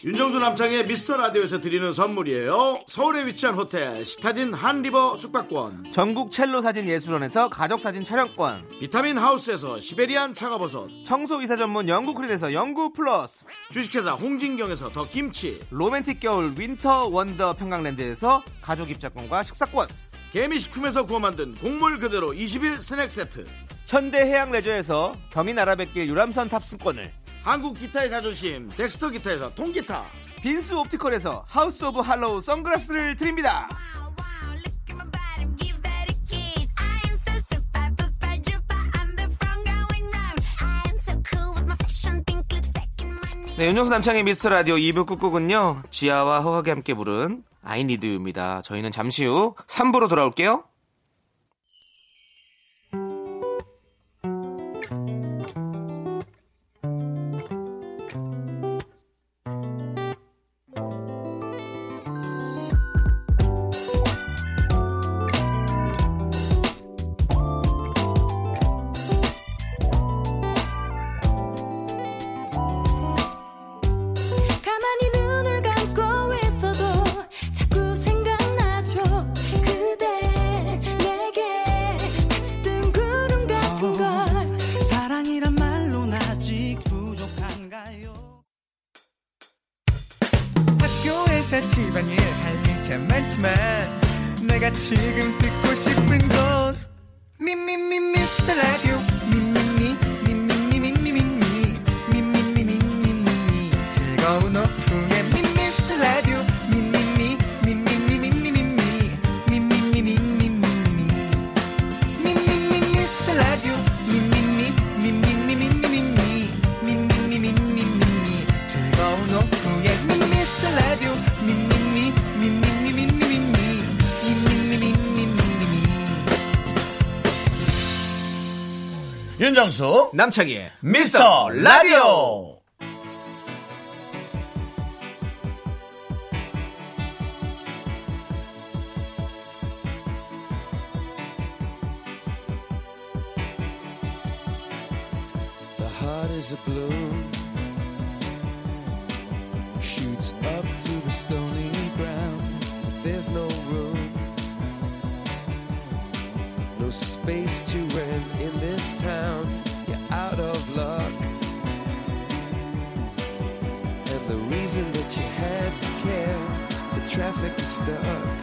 Speaker 1: 윤정수 남창의 미스터 라디오에서 드리는 선물이에요. 서울에 위치한 호텔 시타딘 한리버 숙박권,
Speaker 2: 전국 첼로 사진 예술원에서 가족 사진 촬영권,
Speaker 1: 비타민 하우스에서 시베리안 차가버섯,
Speaker 2: 청소 이사 전문 영국 크린에서 영구 플러스,
Speaker 1: 주식회사 홍진경에서 더 김치,
Speaker 2: 로맨틱 겨울 윈터 원더 평강랜드에서 가족 입자권과 식사권,
Speaker 1: 개미식품에서 구워 만든 곡물 그대로 20일 스낵 세트,
Speaker 2: 현대 해양 레저에서 경인 아라뱃길 유람선 탑승권을,
Speaker 1: 한국 기타의 자존심 덱스터 기타에서 통기타,
Speaker 2: 빈스 옵티컬에서 하우스 오브 할로우 선글라스를 드립니다.
Speaker 6: Wow, wow, look at my body, give that a kiss. I am so super, super duper. I'm the front going round. I am so cool with my fashion, pink lipstick and my knees.
Speaker 2: 네, 윤정수 남창의 미스터 라디오 2부 꾹꾹은요, 지아와 허각이 함께 부른 I need you입니다. 저희는 잠시 후 3부로 돌아올게요.
Speaker 4: 가만히 눈을 감고 있어도 자꾸 생각나죠 그대 내게 같이 뜬 구름 같은 걸
Speaker 3: 사랑이란 말론 아직 부족한가요?
Speaker 7: 학교에서 집안일 할 일 참 많지만 내가 지금 듣고 싶은 건 미미미 미스터 라디오 미미미 미미미 미미미 미미미 미미미 미미미 즐거운 오후에 미스터 라디오 미미미 미미미 미미미 미미미 미미미 미미미
Speaker 1: 윤정수
Speaker 2: 남창희의
Speaker 1: 미스터 라디오.
Speaker 3: The heart is a blue shoots up through the stony ground. There's no room, no space to rent in this town. You're out of luck, and the reason that you had to care, the traffic is stuck,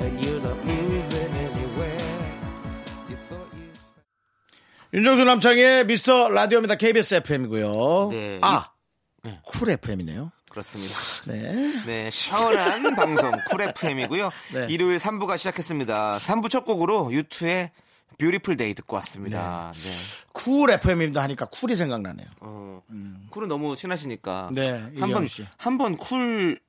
Speaker 3: and you're not moving anywhere. You thought you.
Speaker 1: 윤정수 남창의 미스터 라디오입니다. KBS FM이고요.
Speaker 2: 네.
Speaker 1: 아, 쿨 FM이네요.
Speaker 2: 그렇습니다.
Speaker 1: 네.
Speaker 2: 네, 시원한 방송 쿨 FM이고요.
Speaker 1: 네.
Speaker 2: 일요일 3부가 시작했습니다. 3부 첫 곡으로 유투의 뷰티풀 데이 듣고 왔습니다. 네.
Speaker 1: 쿨 FM입니다 하니까 쿨이 생각나네요.
Speaker 2: 어, 쿨은 너무 친하시니까
Speaker 1: 음. 네, 이경 씨.
Speaker 2: 한번한번쿨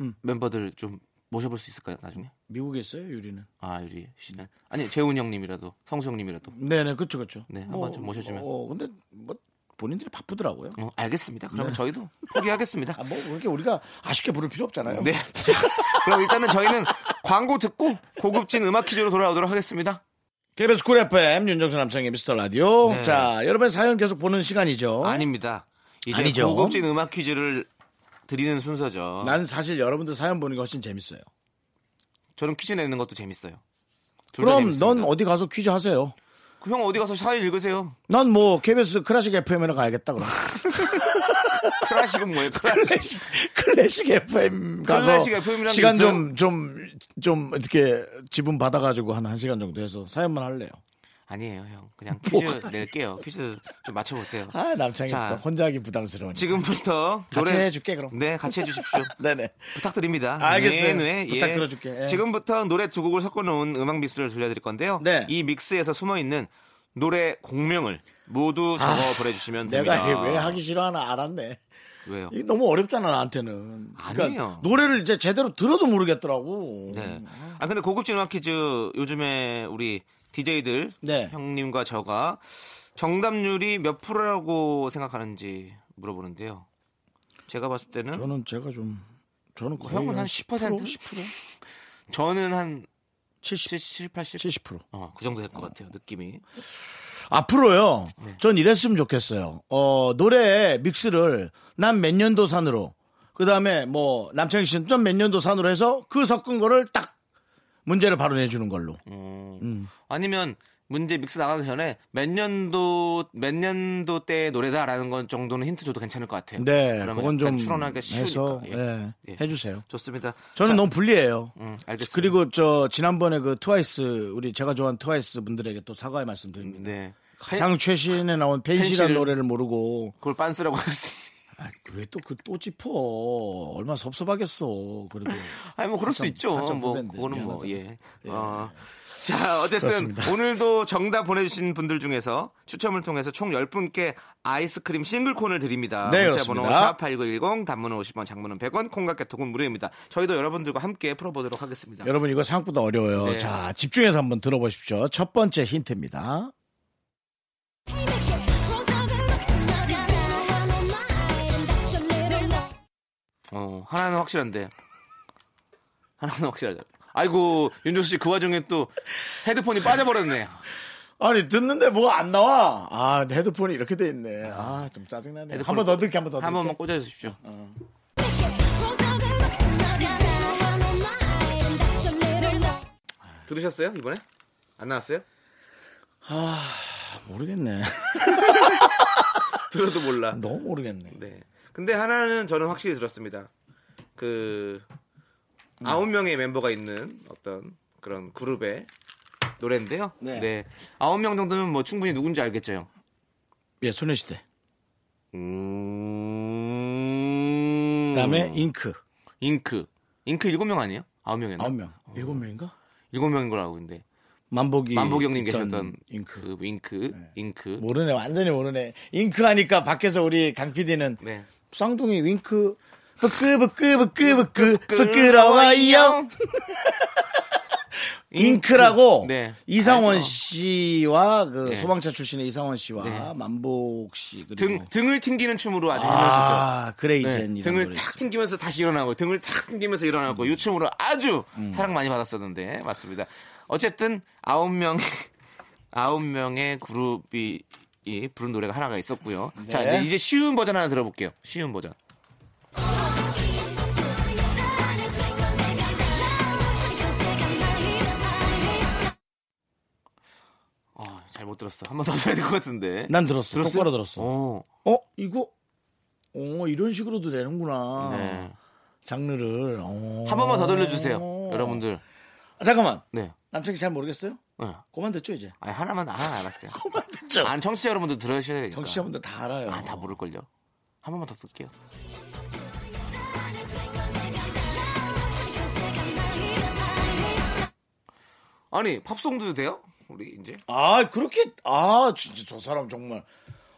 Speaker 1: 음.
Speaker 2: 멤버들 좀 모셔볼 수 있을까요? 나중에
Speaker 1: 미국에 있어요, 유리는.
Speaker 2: 아 유리 씨는 아니 재훈 형님이라도 성수 형님이라도
Speaker 1: 네네, 그쵸, 그쵸.
Speaker 2: 네, 한번 좀 모셔주면.
Speaker 1: 어, 근데 뭐 본인들이 바쁘더라고요.
Speaker 2: 어, 알겠습니다. 그러면 저희도 포기하겠습니다.
Speaker 1: 네. 아, 뭐, 그렇게 우리가 아쉽게 부를 필요 없잖아요.
Speaker 2: 네. 자, 그럼 일단은 저희는 광고 듣고 고급진 음악 퀴즈로 돌아오도록 하겠습니다.
Speaker 1: KBS 쿨 FM, 윤정수 남창의 미스터 라디오. 자, 여러분 사연 계속 보는 시간이죠.
Speaker 2: 네. 아닙니다. 이제
Speaker 1: 어? 아니죠.
Speaker 2: 고급진 음악 퀴즈를 드리는 순서죠.
Speaker 1: 난 사실 여러분들 사연 보는 게 훨씬 재밌어요.
Speaker 2: 저는 퀴즈 내는 것도 재밌어요. 둘다
Speaker 1: 그럼
Speaker 2: 재밌습니다.
Speaker 1: 넌 어디 가서 퀴즈 하세요.
Speaker 2: 그형 어디 가서 사연 읽으세요.
Speaker 1: 난 뭐 KBS 클래식 FM에나 가야겠다 그럼.
Speaker 2: 클래식은 뭐예요? 클래식.
Speaker 1: 클래식, 클래식 FM 가서
Speaker 2: 클래식 FM 이라는
Speaker 1: 시간
Speaker 2: 게 있어요?
Speaker 1: 좀, 좀, 좀 이렇게 지분 받아가지고 한 1시간 정도 해서 사연만 할래요.
Speaker 2: 아니에요, 형. 그냥
Speaker 1: 뭐
Speaker 2: 퀴즈 낼게요. 퀴즈 좀 맞춰보세요.
Speaker 1: 아, 남창이
Speaker 2: 자.
Speaker 1: 또 혼자 하기 부담스러워.
Speaker 2: 지금부터
Speaker 1: 같이
Speaker 2: 노래
Speaker 1: 해줄게, 그럼.
Speaker 2: 네, 같이 해주십시오.
Speaker 1: 네네.
Speaker 2: 부탁드립니다.
Speaker 1: 알겠어요.
Speaker 2: 네, 네,
Speaker 1: 부탁 들어줄게. 예.
Speaker 2: 지금부터 노래 두 곡을 섞어놓은 음악 믹스를 들려드릴 건데요.
Speaker 1: 네.
Speaker 2: 이 믹스에서 숨어있는 노래 공명을 모두 적어 보내주시면 됩니다.
Speaker 1: 아, 내가 이게 왜 하기 싫어하나 알았네.
Speaker 2: 왜요?
Speaker 1: 이게 너무 어렵잖아, 나한테는. 그러니까
Speaker 2: 아니에요.
Speaker 1: 노래를 이제 제대로 들어도 모르겠더라고.
Speaker 2: 네. 아 근데 고급진 음악 퀴즈 요즘에 우리 DJ들
Speaker 1: 네.
Speaker 2: 형님과 저가 정답률이 몇 프로라고 생각하는지 물어보는데요. 제가 봤을 때는 어,
Speaker 1: 저는 제가 좀, 저는 거의
Speaker 2: 형은 한 10%?
Speaker 1: 10%?
Speaker 2: 10%? 저는 한
Speaker 1: 70,
Speaker 2: 77, 80?
Speaker 1: 70%.
Speaker 2: 어, 그 정도 될 것 같아요, 느낌이.
Speaker 1: 앞으로요. 전 이랬으면 좋겠어요. 어, 노래 믹스를 난 몇 년도 산으로 그다음에 뭐 남창희 씨는 좀 몇 년도 산으로 해서 그 섞은 거를 딱 문제를 바로 내주는 걸로.
Speaker 2: 예. 아니면 문제 믹스 나가기 전에 몇 년도 몇 년도 때 노래다라는 건 정도는 힌트 줘도 괜찮을 것 같아요.
Speaker 1: 네,
Speaker 2: 그러면
Speaker 1: 그건
Speaker 2: 약간
Speaker 1: 좀
Speaker 2: 추론하기가
Speaker 1: 해서
Speaker 2: 쉬우니까. 예.
Speaker 1: 예,
Speaker 2: 예.
Speaker 1: 해주세요.
Speaker 2: 좋습니다.
Speaker 1: 저는
Speaker 2: 자,
Speaker 1: 너무 불리해요.
Speaker 2: 음, 알겠습니다.
Speaker 1: 그리고 저 지난번에 그 트와이스 우리 제가 좋아하는 트와이스 분들에게 또 사과의 말씀드립니다.
Speaker 2: 네 가장
Speaker 1: 가장 최신에 나온 펜시라는
Speaker 2: 펜시를-
Speaker 1: 노래를 모르고
Speaker 2: 그걸 빤스라고 했으니
Speaker 1: 왜 또 그 또 짚어 얼마나 섭섭하겠어 그래도
Speaker 2: 아니 뭐 그럴 수
Speaker 1: 한참-
Speaker 2: 있죠.
Speaker 1: 한참
Speaker 2: 뭐
Speaker 1: 후배인데
Speaker 2: 그거는 뭐
Speaker 1: 미안하죠.
Speaker 2: 예. 어. 자, 어쨌든
Speaker 1: 그렇습니다.
Speaker 2: 오늘도 정답 보내 주신 분들 중에서 추첨을 통해서 총 10분께 아이스크림 싱글콘을 드립니다.
Speaker 1: 네,
Speaker 2: 문자 번호
Speaker 1: 그렇습니다.
Speaker 2: 샵8910 단문은 50원, 장문은 100원, 콩깍개톡은 무료입니다. 저희도 여러분들과 함께 풀어 보도록 하겠습니다.
Speaker 1: 여러분 이거 생각보다 어려워요
Speaker 2: 네.
Speaker 1: 자 집중해서 한번 들어보십시오 첫 번째 힌트입니다
Speaker 2: 어, 하나는 확실한데. 하나는 확실하죠. 아이고, 윤종수 씨 그 와중에 또 헤드폰이 빠져버렸네.
Speaker 1: 아니 듣는데 뭐가 안 나와 아 헤드폰이 이렇게 돼 있네 아 좀 짜증나네 한 번 더 들게 한 번 더 들게 어,
Speaker 2: 한 번만 꽂아 주십시오. 들으셨어요? 이번에? 안 나왔어요?
Speaker 1: 모르겠네
Speaker 2: 들어도 몰라.
Speaker 1: 너무 모르겠네
Speaker 2: 네. 근데 하나는 저는 확실히 들었습니다. 그 아홉 명의 멤버가 있는 어떤 그런 그룹의 노래인데요.
Speaker 1: 네.
Speaker 2: 네. 아홉 명 정도면 뭐 충분히 누군지 알겠죠. 형?
Speaker 1: 예 소녀시대
Speaker 2: 음.
Speaker 1: 그다음에 잉크
Speaker 2: 잉크. 잉크 일곱 명 아니에요? 아홉 명이었나?
Speaker 1: 아홉 명 일곱 명인가
Speaker 2: 일곱 명인 거라고 근데
Speaker 1: 어. 만복이
Speaker 2: 만복 형님
Speaker 1: 있던
Speaker 2: 계셨던
Speaker 1: 잉크
Speaker 2: 그 잉크 잉크.
Speaker 1: 모르네 뭐 완전히 모르네 잉크 하니까 밖에서 우리 강 PD는
Speaker 2: 네.
Speaker 1: 쌍둥이 윙크 부끄부끄부끄부끄 부끄러워요 잉크라고
Speaker 2: 네.
Speaker 1: 이상원
Speaker 2: 알죠.
Speaker 1: 씨와 그
Speaker 2: 네.
Speaker 1: 소방차 출신의 이상원 씨와
Speaker 2: 네.
Speaker 1: 만복 씨 그리고
Speaker 2: 등 등을 튕기는 춤으로 아주 유명하셨죠.
Speaker 1: 아 그레이젠
Speaker 2: 네,
Speaker 1: 이런
Speaker 2: 등을
Speaker 1: 노래
Speaker 2: 탁 튕기면서 다시 일어나고 등을 탁 튕기면서 일어나고
Speaker 1: 음.
Speaker 2: 이 춤으로 아주 사랑 많이 받았었는데 맞습니다. 어쨌든 아홉 명 아홉 명의 그룹이 이 부른 노래가 하나가 있었고요.
Speaker 1: 네.
Speaker 2: 자 이제, 이제 쉬운 버전 하나 들어볼게요. 쉬운 버전. 어, 아, 잘 못 들었어. 한 번 더 들어야 될 것 같은데.
Speaker 1: 난 들었어
Speaker 2: 들었어요?
Speaker 1: 똑바로 들었어
Speaker 2: 어.
Speaker 1: 어 이거 어 이런 식으로도 되는구나
Speaker 2: 네.
Speaker 1: 장르를 어.
Speaker 2: 한 번만 더 들려주세요,
Speaker 1: 어.
Speaker 2: 여러분들.
Speaker 1: 아, 잠깐만
Speaker 2: 네.
Speaker 1: 남창이 잘 모르겠어요
Speaker 2: 네.
Speaker 1: 그만 듣죠 이제
Speaker 2: 아니 하나만 하나 알았어요.
Speaker 1: 그만 듣죠
Speaker 2: 안 청취자 여러분들 들으셔야 되니까.
Speaker 1: 정치자분들 다 알아요
Speaker 2: 그러니까. 아, 다 모를 걸요. 한 번만 더 쓸게요. 아니, 팝송도 돼요? 우리 이제.
Speaker 1: 아 그렇게 아 진짜 저 사람 정말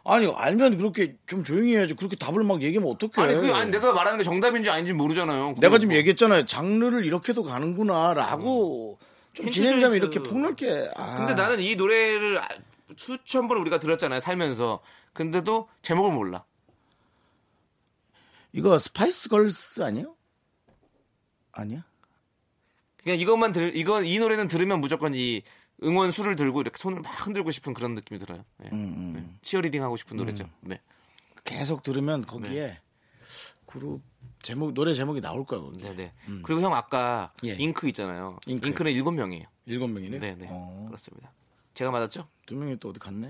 Speaker 1: 아니 알면 그렇게 좀 조용히 해야지 그렇게 답을 막 얘기하면 어떡해
Speaker 2: 아니, 그 아니 내가 말하는 게 정답인지 아닌지 모르잖아요.
Speaker 1: 내가 지금
Speaker 2: 그거.
Speaker 1: 얘기했잖아요 장르를 이렇게도 가는구나라고 좀
Speaker 2: 음. 힌트
Speaker 1: 진행자면
Speaker 2: 힌트.
Speaker 1: 이렇게 폭넓게 아,
Speaker 2: 근데 나는 이 노래를 아- 수천 번 우리가 들었잖아요, 살면서. 근데도 제목을 몰라.
Speaker 1: 이거 스파이스 걸스 아니에요? 아니야?
Speaker 2: 그냥 이것만 들 이건 이 노래는 들으면 무조건 이 응원 수를 들고 이렇게 손을 막 흔들고 싶은 그런 느낌이 들어요. 예.
Speaker 1: 음,
Speaker 2: 네. 치어리딩 하고 싶은 노래죠. 네.
Speaker 1: 계속 들으면 거기에 그룹 제목 노래 제목이 나올 거야 거기
Speaker 2: 네네. 그리고 형 아까
Speaker 1: 음. 예.
Speaker 2: 잉크 있잖아요.
Speaker 1: 잉크.
Speaker 2: 잉크. 는 일곱 명이에요.
Speaker 1: 일곱 명이네
Speaker 2: 네네.
Speaker 1: 어,
Speaker 2: 그렇습니다. 제가 맞았죠?
Speaker 1: 두 명이 또 어디 갔네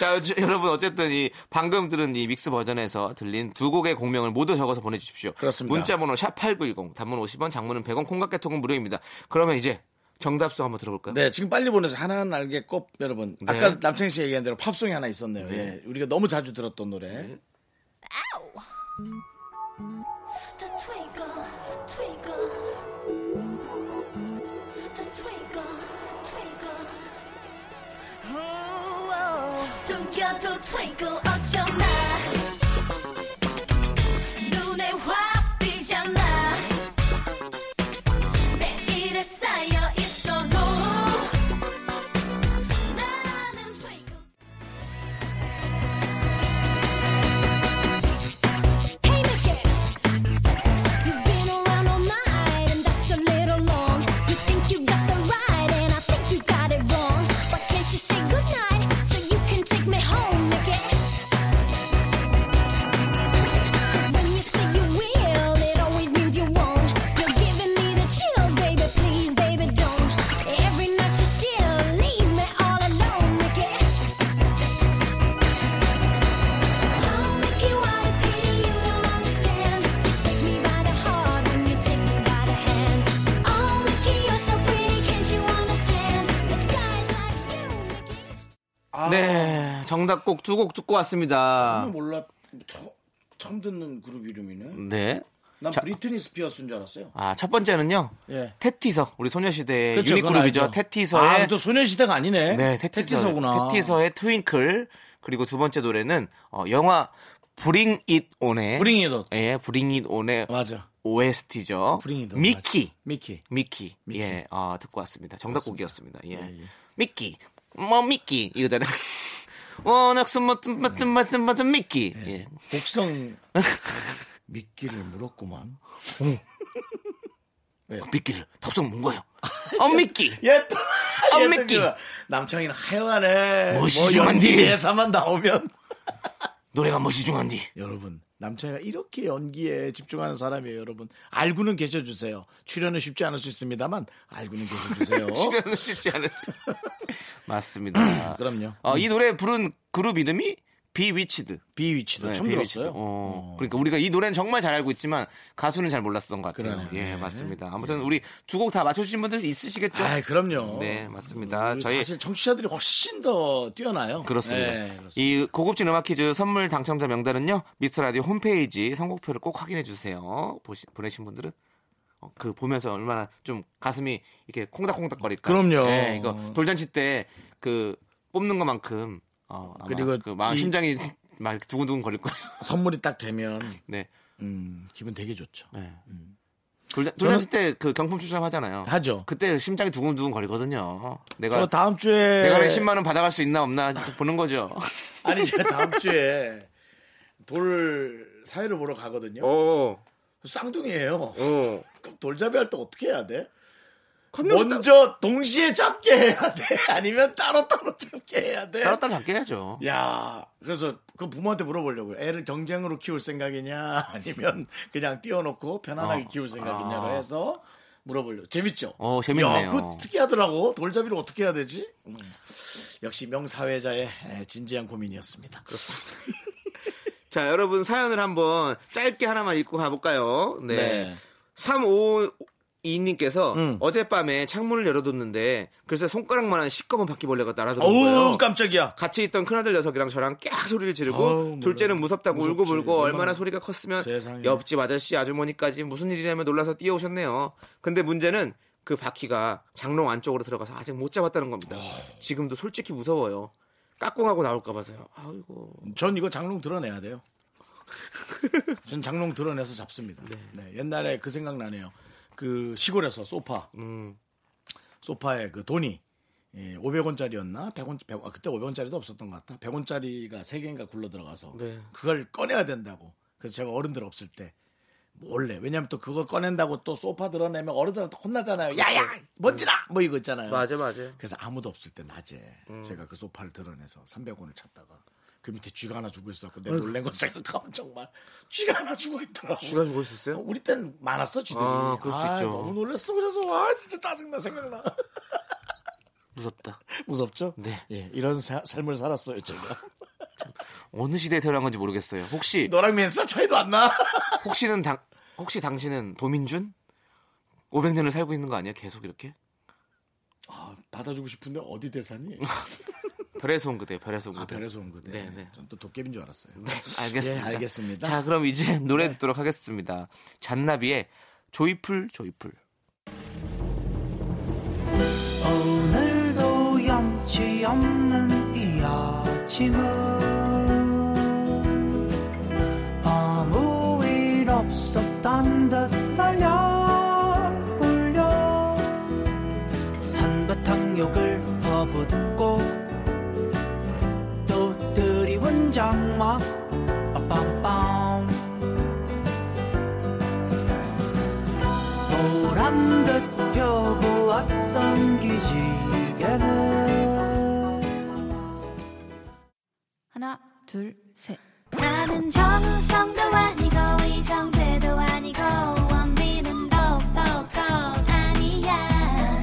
Speaker 2: 자 저- 여러분 어쨌든 이 방금 들은 이 믹스 버전에서 들린 두 곡의 공명을 모두 적어서 보내주십시오.
Speaker 1: 그렇습니다.
Speaker 2: 문자번호 샵 #8910 단문 50원, 장문은 100원, 콩깍개통은 무료입니다. 그러면 이제 정답수 한번 들어볼까요?
Speaker 1: 네, 지금 빨리 보내서 하나는 알겠고 여러분
Speaker 2: 네.
Speaker 1: 아까 남창희 씨 얘기한 대로 팝송이 하나 있었네요. 예, 우리가 너무 자주 들었던 노래.
Speaker 2: 네.
Speaker 4: 숨겨도 twinkle 어쩌나 눈에 확 띄잖아 매일에 쌓여 있어도 나는 twinkle Hey, look it. You've been around all night, and that's a little long. You think you got the right, and I think you got it wrong. But
Speaker 2: 네. 정답 곡 두 곡 듣고 왔습니다.
Speaker 1: 아, 몰라 처, 처음 듣는 그룹 이름이네.
Speaker 2: 네.
Speaker 1: 난
Speaker 2: 자-
Speaker 1: 브리트니 스피어스인 줄 알았어요.
Speaker 2: 아, 첫 번째는요.
Speaker 1: 예.
Speaker 2: 테티서. 우리 소녀시대의
Speaker 1: 그렇죠, 그쵸,
Speaker 2: 네, 유닛
Speaker 1: 그건
Speaker 2: 그룹이죠.
Speaker 1: 알죠.
Speaker 2: 테티서의
Speaker 1: 아, 또 소녀시대가 아니네.
Speaker 2: 네,
Speaker 1: 테티서, 구나
Speaker 2: 테티서구나. 테티서의 트윙클. 그리고 두 번째 노래는 어, 영화 브링 잇 온의
Speaker 1: 브링이 더.
Speaker 2: 예, 브링 잇 온의
Speaker 1: 맞아.
Speaker 2: OST죠.
Speaker 1: 브링 잇 온,
Speaker 2: 미키.
Speaker 1: 맞아. 미키.
Speaker 2: 미키. 예, 아, 듣고 왔습니다. 정답곡이었습니다. 예. 미키. 뭐 미키 이거잖아요. 워낙 숨었던 맞던 맞던 맞던 미키. 예.
Speaker 1: 곡성 미끼를 물었구만.
Speaker 2: 미끼를 덥석 문 거예요. 어 미끼.
Speaker 1: 예, 또.
Speaker 2: 아,
Speaker 1: 예, 또
Speaker 2: 미끼.
Speaker 1: 그거. 남창이는 하여간에 뭐
Speaker 2: 멋있지,
Speaker 1: 연기
Speaker 2: 만디.
Speaker 1: 대사만 나오면
Speaker 2: 노래가 뭐 멋이중한디.
Speaker 1: 여러분 남창이가 이렇게 연기에 집중하는 사람이에요 여러분 알고는 계셔주세요 출연은 쉽지 않을 수 있습니다만 알고는 계셔주세요
Speaker 2: 출연은 쉽지 않을 수 있어요. 맞습니다.
Speaker 1: 아, 그럼요.
Speaker 2: 어, 이 노래 부른 그룹 이름이 네, 비위치드.
Speaker 1: 비위치도 처음 들었어요
Speaker 2: 어, 그러니까 우리가 이 노래는 정말 잘 알고 있지만 가수는 잘 몰랐던 것 같아요.
Speaker 1: 그러네요.
Speaker 2: 예, 맞습니다. 아무튼 우리 두 곡 다 맞춰주신 분들 있으시겠죠?
Speaker 1: 아 그럼요
Speaker 2: 네, 맞습니다.
Speaker 1: 음, 우리
Speaker 2: 저희
Speaker 1: 사실 정치자들이 훨씬 더 뛰어나요
Speaker 2: 그렇습니다.
Speaker 1: 네, 그렇습니다.
Speaker 2: 이 고급진 음악 퀴즈 선물 당첨자 명단은요. 미스터 라디오 홈페이지 선곡표를 꼭 확인해 주세요. 보시, 보내신 분들은 어, 그 보면서 얼마나 좀 가슴이 이렇게 콩닥콩닥거릴까.
Speaker 1: 그럼요.
Speaker 2: 예, 이거 돌잔치 때 그 뽑는 것만큼 어, 아마
Speaker 1: 그리고
Speaker 2: 그 마음
Speaker 1: 이-
Speaker 2: 심장이 막 이렇게 두근두근 거릴 거예요.
Speaker 1: 선물이 딱 되면
Speaker 2: 네.
Speaker 1: 음, 기분 되게 좋죠
Speaker 2: 네. 돌잔, 돌잔치 때 그 경품 추첨하잖아요.
Speaker 1: 하죠.
Speaker 2: 그때 심장이 두근두근 거리거든요.
Speaker 1: 저
Speaker 2: 내가
Speaker 1: 다음 주에
Speaker 2: 내가 왜 10만 원 받아갈 수 있나 없나 보는 거죠.
Speaker 1: 아니 제가 다음 주에 돌 사회를 보러 가거든요
Speaker 2: 오, 어?
Speaker 1: 쌍둥이에요
Speaker 2: 오.
Speaker 1: 그럼 돌잡이 할 때 어떻게 해야 돼? 먼저 동시에 잡게 해야 돼? 아니면 따로따로 잡게 해야 돼?
Speaker 2: 따로 따로 잡게 해야죠.
Speaker 1: 야, 그래서 그 부모한테 물어보려고요. 애를 경쟁으로 키울 생각이냐, 아니면 그냥 띄워놓고 편안하게
Speaker 2: 어,
Speaker 1: 키울 생각이냐로
Speaker 2: 아.
Speaker 1: 해서 물어보려고. 재밌죠?
Speaker 2: 어, 재밌네요.
Speaker 1: 야, 그거 특이하더라고. 돌잡이를 어떻게 해야 되지? 음. 역시 명사회자의 진지한 고민이었습니다.
Speaker 2: 자, 여러분 사연을 한번 짧게 하나만 읽고 가볼까요? 네. 음.
Speaker 1: 네.
Speaker 2: 3552님께서 어젯밤에 창문을 열어뒀는데 글쎄 손가락만한 시꺼먼 바퀴벌레가 날아들어온
Speaker 1: 어우,
Speaker 2: 거예요.
Speaker 1: 깜짝이야.
Speaker 2: 같이 있던 큰아들 녀석이랑 저랑 깍 소리를 지르고
Speaker 1: 어우, 몰라.
Speaker 2: 둘째는 무섭다고 울고
Speaker 1: 무섭지.
Speaker 2: 불고 얼마나,
Speaker 1: 얼마나
Speaker 2: 소리가 컸으면
Speaker 1: 세상에.
Speaker 2: 옆집 아저씨 아주머니까지 무슨 일이냐며 놀라서 뛰어오셨네요. 근데 문제는 그 바퀴가 장롱 안쪽으로 들어가서 아직 못 잡았다는 겁니다. 지금도 솔직히 무서워요. 까꿍하고 나올까 봐서요. 아이고.
Speaker 1: 전 이거 장롱 드러내야 돼요. 전 장롱 드러내서 잡습니다. 네, 옛날에 그 생각 나네요. 그 시골에서 소파, 소파에 그 돈이 예, 500원짜리였나? 100원, 100, 아, 그때 500원짜리도 없었던 것 같다. 100원짜리가 세개인가 굴러 들어가서
Speaker 2: 네.
Speaker 1: 그걸 꺼내야 된다고. 그래서 제가 어른들 없을 때 몰래. 왜냐면 또 그거 꺼낸다고 또 소파 드러내면 어른들한테 혼나잖아요. 야야! 먼지나! 뭐 이거 있잖아요.
Speaker 2: 그렇죠. 음. 맞아 맞아. 음.
Speaker 1: 그래서 아무도 없을 때 낮에 제가 그 소파를 드러내서 300원을 찾다가 그 밑에 쥐가 하나 죽어 있었고 내가 놀란 거 생각하면 정말 쥐가 하나 죽어 있더라고.
Speaker 2: 쥐가 죽어 있었어요?
Speaker 1: 어, 우리 땐 많았어 쥐들이.
Speaker 2: 아, 그럴 수
Speaker 1: 아,
Speaker 2: 있죠.
Speaker 1: 너무 놀랐어. 그래서 아 진짜 짜증나 생각나.
Speaker 2: 무섭다.
Speaker 1: 무섭죠?
Speaker 2: 네.
Speaker 1: 예, 이런 사- 삶을 살았어요 제가.
Speaker 2: 어느 시대에 태어난 건지 모르겠어요. 혹시
Speaker 1: 너랑 몇살 차이도 안 나.
Speaker 2: 혹시는 당 혹시 당신은 도민준? 500년을 살고 있는 거 아니야? 계속 이렇게?
Speaker 1: 아, 받아주고 싶은데 어디 대사니?
Speaker 2: 별에서 온 그대, 별에서 온
Speaker 1: 아,
Speaker 2: 그대.
Speaker 1: 별에서 온 거대.
Speaker 2: 네, 네.
Speaker 1: 전또 도깨비인 줄 알았어요.
Speaker 2: 알겠습니다.
Speaker 1: 예, 알겠습니다. 네.
Speaker 2: 자, 그럼 이제 노래 듣도록 하겠습니다. 잔나비의 조이풀 조이풀.
Speaker 7: 오늘도 염치 없는 이 아침은 아무 일 없었던 듯 달려올려 한바탕 욕을 퍼붓고 또 뜨리운 장마 빠빰빰 보란 듯 펴보았던 기지개는
Speaker 8: 하나, 둘, 셋.
Speaker 6: 나는 정우성도 아니고 이정재도 아니고 원빈은 더욱더 아니야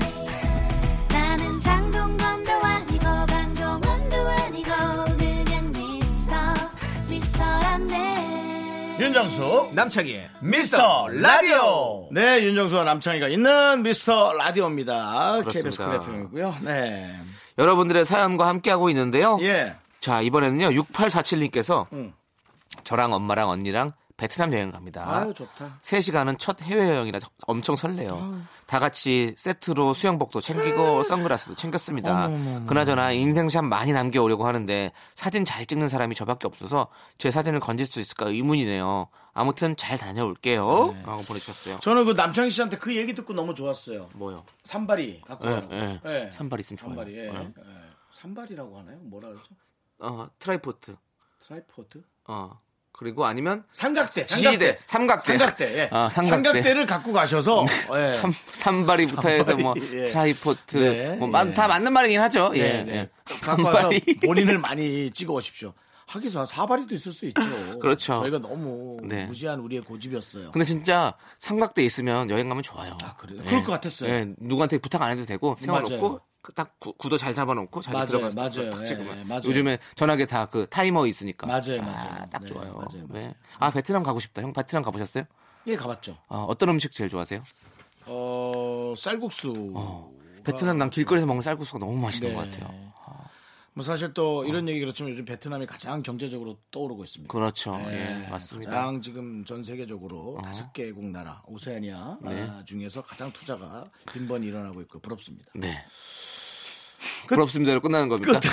Speaker 6: 나는 장동건도 아니고 강동원도 아니고 그냥 미스터 미스터란데
Speaker 1: 윤정수
Speaker 2: 남창희의
Speaker 1: 미스터 라디오. 네, 윤정수와 남창희가 있는 미스터 라디오입니다. KBS
Speaker 2: 그렇습니다.
Speaker 1: 그래프이고요. 네.
Speaker 2: 여러분들의 사연과 함께하고 있는데요.
Speaker 1: 예.
Speaker 2: 자, 이번에는요. 6847님께서 저랑 엄마랑 언니랑 베트남 여행 갑니다.
Speaker 1: 아유, 좋다.
Speaker 2: 3시간은 첫 해외여행이라 엄청 설레요.
Speaker 1: 어.
Speaker 2: 다 같이 세트로 수영복도
Speaker 1: 아.
Speaker 2: 챙기고 선글라스도 챙겼습니다. 그나저나 인생샷 많이 남겨오려고 하는데 사진 잘 찍는 사람이 저밖에 없어서 제 사진을 건질 수 있을까 의문이네요. 아무튼 잘 다녀올게요.
Speaker 1: 네.
Speaker 2: 라고 보내주셨어요.
Speaker 1: 저는 그 남창희 씨한테 그 얘기 듣고 너무 좋았어요.
Speaker 2: 뭐요?
Speaker 1: 산발이 갖고
Speaker 2: 예,
Speaker 1: 가는 거.
Speaker 2: 예.
Speaker 1: 예.
Speaker 2: 산발 있으면 좋아요.
Speaker 1: 산발이. 예.
Speaker 2: 예.
Speaker 1: 예. 산발이라고 하나요? 뭐라 그러죠?
Speaker 2: 어, 트라이포트.
Speaker 1: 트라이포드?
Speaker 2: 어. 그리고 아니면
Speaker 1: 삼각대.
Speaker 2: 지대.
Speaker 1: 삼각대.
Speaker 2: 삼각대.
Speaker 1: 삼각대. 예.
Speaker 2: 아, 삼각대.
Speaker 1: 를 갖고 가셔서 예.
Speaker 2: 삼, 삼바리부터 해서 뭐
Speaker 1: 삼바리, 예.
Speaker 2: 트라이포트
Speaker 1: 네,
Speaker 2: 뭐 많-
Speaker 1: 예.
Speaker 2: 다 맞는 말이긴 하죠. 예.
Speaker 1: 네, 네.
Speaker 2: 예.
Speaker 1: 갖고 와서
Speaker 2: 삼바리.
Speaker 1: 본인을 많이 찍어 오십시오. 하기사 사발이도 있을 수 있죠.
Speaker 2: 그렇죠.
Speaker 1: 저희가 너무
Speaker 2: 네.
Speaker 1: 무지한 우리의 고집이었어요.
Speaker 2: 근데 진짜 삼각대 있으면 여행 가면 좋아요.
Speaker 1: 아, 그래요? 그럴 것 같았어요.
Speaker 2: 예, 누구한테 부탁 안 해도 되고 세워놓고
Speaker 1: 맞아요.
Speaker 2: 그딱 구- 구도 잘 잡아놓고 자기
Speaker 1: 맞아요,
Speaker 2: 들어가서 딱
Speaker 1: 맞아요.
Speaker 2: 딱
Speaker 1: 예,
Speaker 2: 찍으면
Speaker 1: 예, 맞아요.
Speaker 2: 요즘에 전화기 다 그 타이머 있으니까
Speaker 1: 맞아요,
Speaker 2: 아,
Speaker 1: 맞아요.
Speaker 2: 딱
Speaker 1: 네,
Speaker 2: 좋아요.
Speaker 1: 맞아요,
Speaker 2: 네.
Speaker 1: 맞아요.
Speaker 2: 아 베트남 가고 싶다. 형 베트남 가보셨어요?
Speaker 1: 예, 가봤죠.
Speaker 2: 어, 어떤 음식 제일 좋아하세요?
Speaker 1: 어, 쌀국수.
Speaker 2: 베트남 난 길거리에서 먹는 쌀국수가 너무 맛있는
Speaker 1: 네.
Speaker 2: 것 같아요.
Speaker 1: 뭐 사실 또 이런 얘기 그렇지만 요즘 베트남이 가장 경제적으로 떠오르고 있습니다.
Speaker 2: 그렇죠.
Speaker 1: 네,
Speaker 2: 예, 맞습니다. 어.
Speaker 1: 가장 지금 전 세계적으로 다섯 개국 나라 오세아니아
Speaker 2: 네.
Speaker 1: 아, 중에서 가장 투자가 빈번히 일어나고 있고 부럽습니다.
Speaker 2: 네. 부럽습니다로 끝나는 겁니까?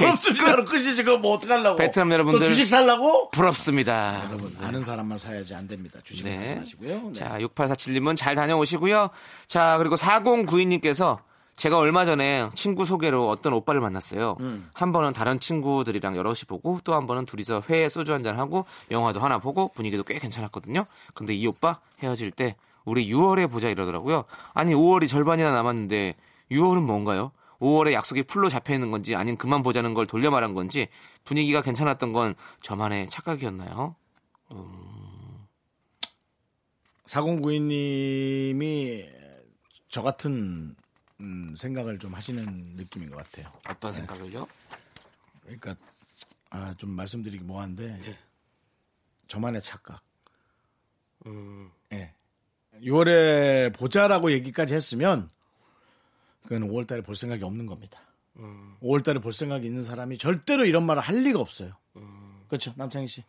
Speaker 1: 부럽습니다로 끝이 지금 뭐 어떡하려고.
Speaker 2: 베트남 여러분들.
Speaker 1: 또 주식 살라고?
Speaker 2: 부럽습니다.
Speaker 1: 여러분 아는 사람만 사야지 안 됩니다. 주식은 사지 마시고요. 네.
Speaker 2: 자, 6847님은 잘 다녀오시고요. 자, 그리고 4092님께서 제가 얼마 전에 친구 소개로 어떤 오빠를 만났어요. 한 번은 다른 친구들이랑 여럿이 보고 또 한 번은 둘이서 회에 소주 한잔 하고 영화도 하나 보고 분위기도 꽤 괜찮았거든요. 근데 이 오빠 헤어질 때 우리 6월에 보자 이러더라고요. 아니 5월이 절반이나 남았는데 6월은 뭔가요? 5월에 약속이 풀로 잡혀 있는 건지 아니면 그만 보자는 걸 돌려 말한 건지 분위기가 괜찮았던 건 저만의 착각이었나요?
Speaker 1: 4092님이 저 같은 음, 생각을 좀 하시는 느낌인 것 같아요.
Speaker 2: 어떤 생각을요?
Speaker 1: 그러니까 아, 좀 말씀드리기 뭐한데 저만의 착각. 예. 6월에 보자라고 얘기까지 했으면 그건 5월달에 볼 생각이 없는 겁니다. 5월달에 볼 생각이 있는 사람이 절대로 이런 말을 할 리가 없어요. 그렇죠, 남창희 씨.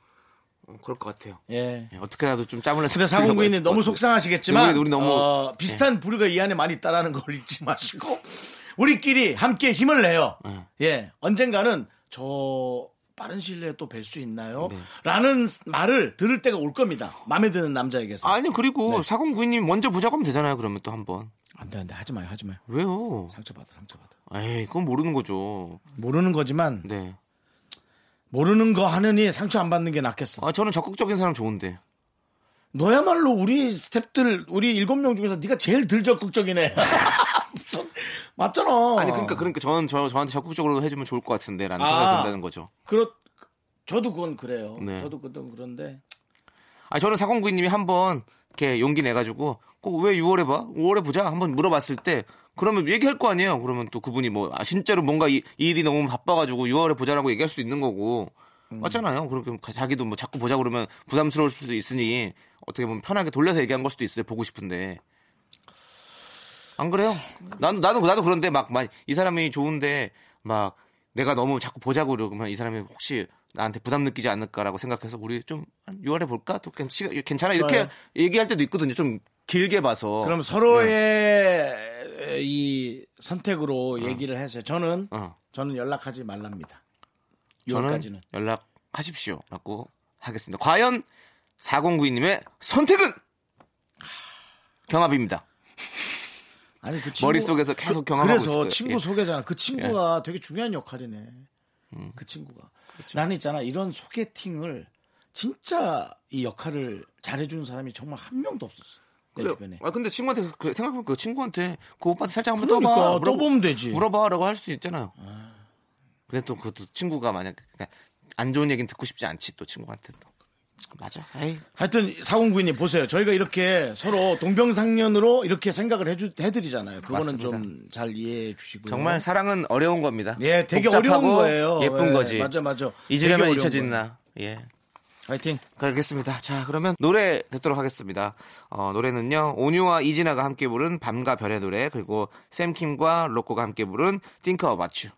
Speaker 2: 어, 그럴 것 같아요.
Speaker 1: 예.
Speaker 2: 예, 어떻게라도 좀 짬을 내서
Speaker 1: 근데 사공구인님 너무 속상하시겠지만
Speaker 2: 우리, 우리 너무 예.
Speaker 1: 어, 비슷한 부류가 이 안에 많이 있다라는 걸 잊지 마시고 우리끼리 함께 힘을 내요.
Speaker 2: 네.
Speaker 1: 예, 언젠가는 저 빠른 시일 내에 또 뵐 수 있나요?
Speaker 2: 네.
Speaker 1: 라는 말을 들을 때가 올 겁니다. 마음에 드는 남자에게서.
Speaker 2: 아니요
Speaker 1: 네.
Speaker 2: 그리고 사공구인님 먼저 보자고 하면 되잖아요 그러면 또 한번
Speaker 1: 안 돼, 안 돼. 하지 마요, 하지 마요.
Speaker 2: 왜요?
Speaker 1: 상처받아, 상처받아.
Speaker 2: 에이 그건 모르는 거죠.
Speaker 1: 모르는 거지만
Speaker 2: 네.
Speaker 1: 모르는 거 하느니 상처 안 받는 게 낫겠어.
Speaker 2: 아 저는 적극적인 사람 좋은데.
Speaker 1: 너야말로 우리 스탭들 우리 일곱 명 중에서 네가 제일 덜 적극적이네. 무슨- 맞잖아.
Speaker 2: 아니 그러니까 그러니까 저는 저 저한테 적극적으로 해주면 좋을 것 같은데라는
Speaker 1: 아.
Speaker 2: 생각이 든다는 거죠.
Speaker 1: 그렇 저도 그건 그래요.
Speaker 2: 네.
Speaker 1: 저도 그건 그런데
Speaker 2: 아 저는 사공구인님이 한번 이렇게 용기 내가지고 꼭 왜 6월에 봐? 5월에 보자 한번 물어봤을 때. 그러면 얘기할 거 아니에요. 그러면 또 그분이 뭐 아, 진짜로 뭔가 이, 이 일이 너무 바빠가지고 6월에 보자라고 얘기할 수도 있는 거고 맞잖아요. 그렇게 자기도 뭐 자꾸 보자 그러면 부담스러울 수도 있으니 어떻게 보면 편하게 돌려서 얘기한 걸 수도 있어요. 보고 싶은데 안 그래요? 나도 나도 나도 그런데 막 이 사람이 좋은데 막 내가 너무 자꾸 보자고 그러면 이 사람이 혹시 나한테 부담 느끼지 않을까라고 생각해서 우리 좀 6월에 볼까? 또 괜찮- 괜찮아 이렇게
Speaker 1: 좋아요.
Speaker 2: 얘기할 때도 있거든요. 좀 길게 봐서
Speaker 1: 네. 그럼 서로의 이 선택으로 얘기를 해서 저는
Speaker 2: 네. 어.
Speaker 1: 저는 연락하지 말랍니다.
Speaker 2: 저는
Speaker 1: 6월까지는
Speaker 2: 연락하십시오라고 하겠습니다. 과연 4092님의 선택은 경합입니다.
Speaker 1: 아니 그
Speaker 2: 머릿속에서 계속 경험하고
Speaker 1: 그래서
Speaker 2: 있을 거예요.
Speaker 1: 친구
Speaker 2: 예.
Speaker 1: 소개잖아. 그 친구가 되게 중요한 역할이네.
Speaker 2: 음.
Speaker 1: 그 친구가
Speaker 2: 그렇죠.
Speaker 1: 나는 있잖아 이런 소개팅을 진짜 이 역할을 잘해주는 사람이 정말 한 명도 없었어 내
Speaker 2: 그래,
Speaker 1: 주변에.
Speaker 2: 아 근데 친구한테 그- 생각해보니까 그 친구한테 그 오빠한테 살짝 한번
Speaker 1: 그러니까,
Speaker 2: 떠봐
Speaker 1: 또
Speaker 2: 물어보-
Speaker 1: 보면 되지.
Speaker 2: 물어봐라고 할 수도 있잖아요. 근데 또 그것도 친구가 만약 그러니까 안 좋은 얘기는 듣고 싶지 않지 또 친구한테 또 맞아. 에이.
Speaker 1: 하여튼 사공구님 보세요. 저희가 이렇게 서로 동병상련으로 이렇게 생각을 해주 해드리잖아요. 그거는 좀 잘 이해해 주시고요.
Speaker 2: 정말 사랑은 어려운 겁니다.
Speaker 1: 예, 되게
Speaker 2: 복잡하고
Speaker 1: 어려운 거예요.
Speaker 2: 예쁜
Speaker 1: 예,
Speaker 2: 거지.
Speaker 1: 맞아, 맞아. 되게
Speaker 2: 잊으려면
Speaker 1: 어려운
Speaker 2: 잊혀진다. 예.
Speaker 1: 파이팅.
Speaker 2: 그러겠습니다. 자, 그러면 노래 듣도록 하겠습니다. 어, 노래는요, 온유와 이진아가 함께 부른 밤과 별의 노래, 그리고 샘킴과 로꼬가 함께 부른 띵커 어바츄.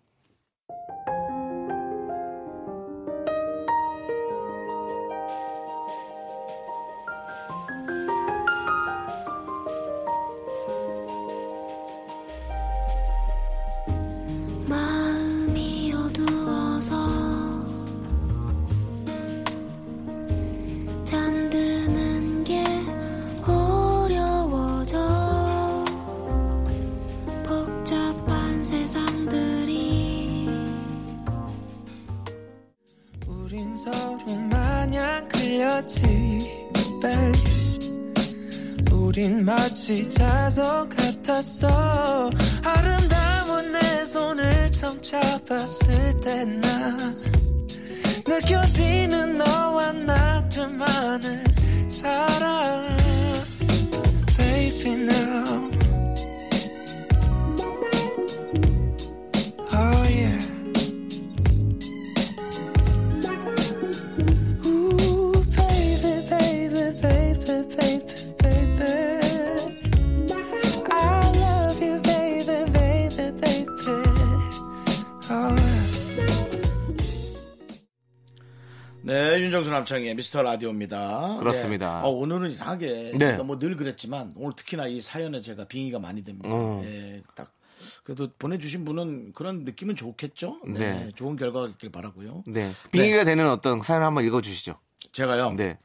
Speaker 3: 같이 babe. 우린 마치 자석 같았어 아름다운 내 손을 처음 잡았을 때나 느껴지는 너와 나 둘만의 사랑 Baby now Oh yeah Ooh, baby, baby, baby, baby, baby. I love you, baby, baby, baby. Oh.
Speaker 1: 네, 윤정수 남창의 미스터 라디오입니다.
Speaker 2: 그렇습니다.
Speaker 1: 네. 어, 오늘은 이상하게
Speaker 2: 네.
Speaker 1: 제가 뭐늘 그랬지만 오늘 특히나 이 사연에 제가 빙의가 많이 됩니다.
Speaker 2: 어.
Speaker 1: 네, 딱 그래도 보내주신 분은 그런 느낌은 좋겠죠. 네,
Speaker 2: 네.
Speaker 1: 좋은 결과가 있길 바라고요.
Speaker 2: 네. 빙의가 되는 어떤 사연 한번 읽어주시죠.
Speaker 1: 제가요.
Speaker 2: 네.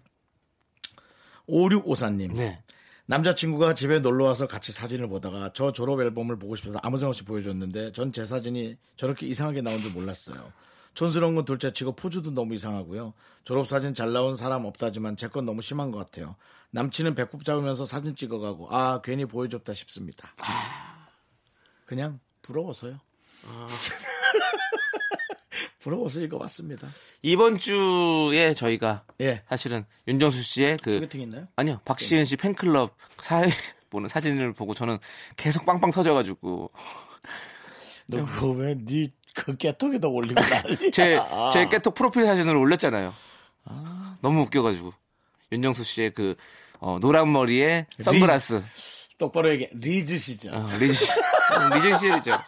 Speaker 1: 5654님.
Speaker 2: 네.
Speaker 1: 남자친구가 집에 놀러 와서 같이 사진을 보다가 저 졸업 앨범을 보고 싶어서 아무 생각 없이 보여줬는데 전 제 사진이 저렇게 이상하게 나온 줄 몰랐어요. 촌스러운 건 둘째치고 포즈도 너무 이상하고요. 졸업 사진 잘 나온 사람 없다지만 제 건 너무 심한 것 같아요. 남친은 배꼽 잡으면서 사진 찍어가고 아 괜히 보여줬다 싶습니다. 그냥 부러워서요. 부러워서 이거 왔습니다.
Speaker 2: 이번 주에 저희가
Speaker 1: 예.
Speaker 2: 사실은 윤정수 씨의 그
Speaker 1: 소개팅 있나요?
Speaker 2: 아니요 박시은 씨 팬클럽 사회 보는 사진을 보고 저는 계속 빵빵 터져가지고
Speaker 1: 너 그거 왜네그 깨톡에다 올리고 난리야.
Speaker 2: 제,
Speaker 1: 아,
Speaker 2: 제 깨톡 프로필 사진을 올렸잖아요. 너무 웃겨가지고. 윤정수 씨의 그, 어, 노란 머리에 선글라스.
Speaker 1: 똑바로 얘기 리즈 시죠.
Speaker 2: 어, 리즈 씨. 어, 리즈 씨죠.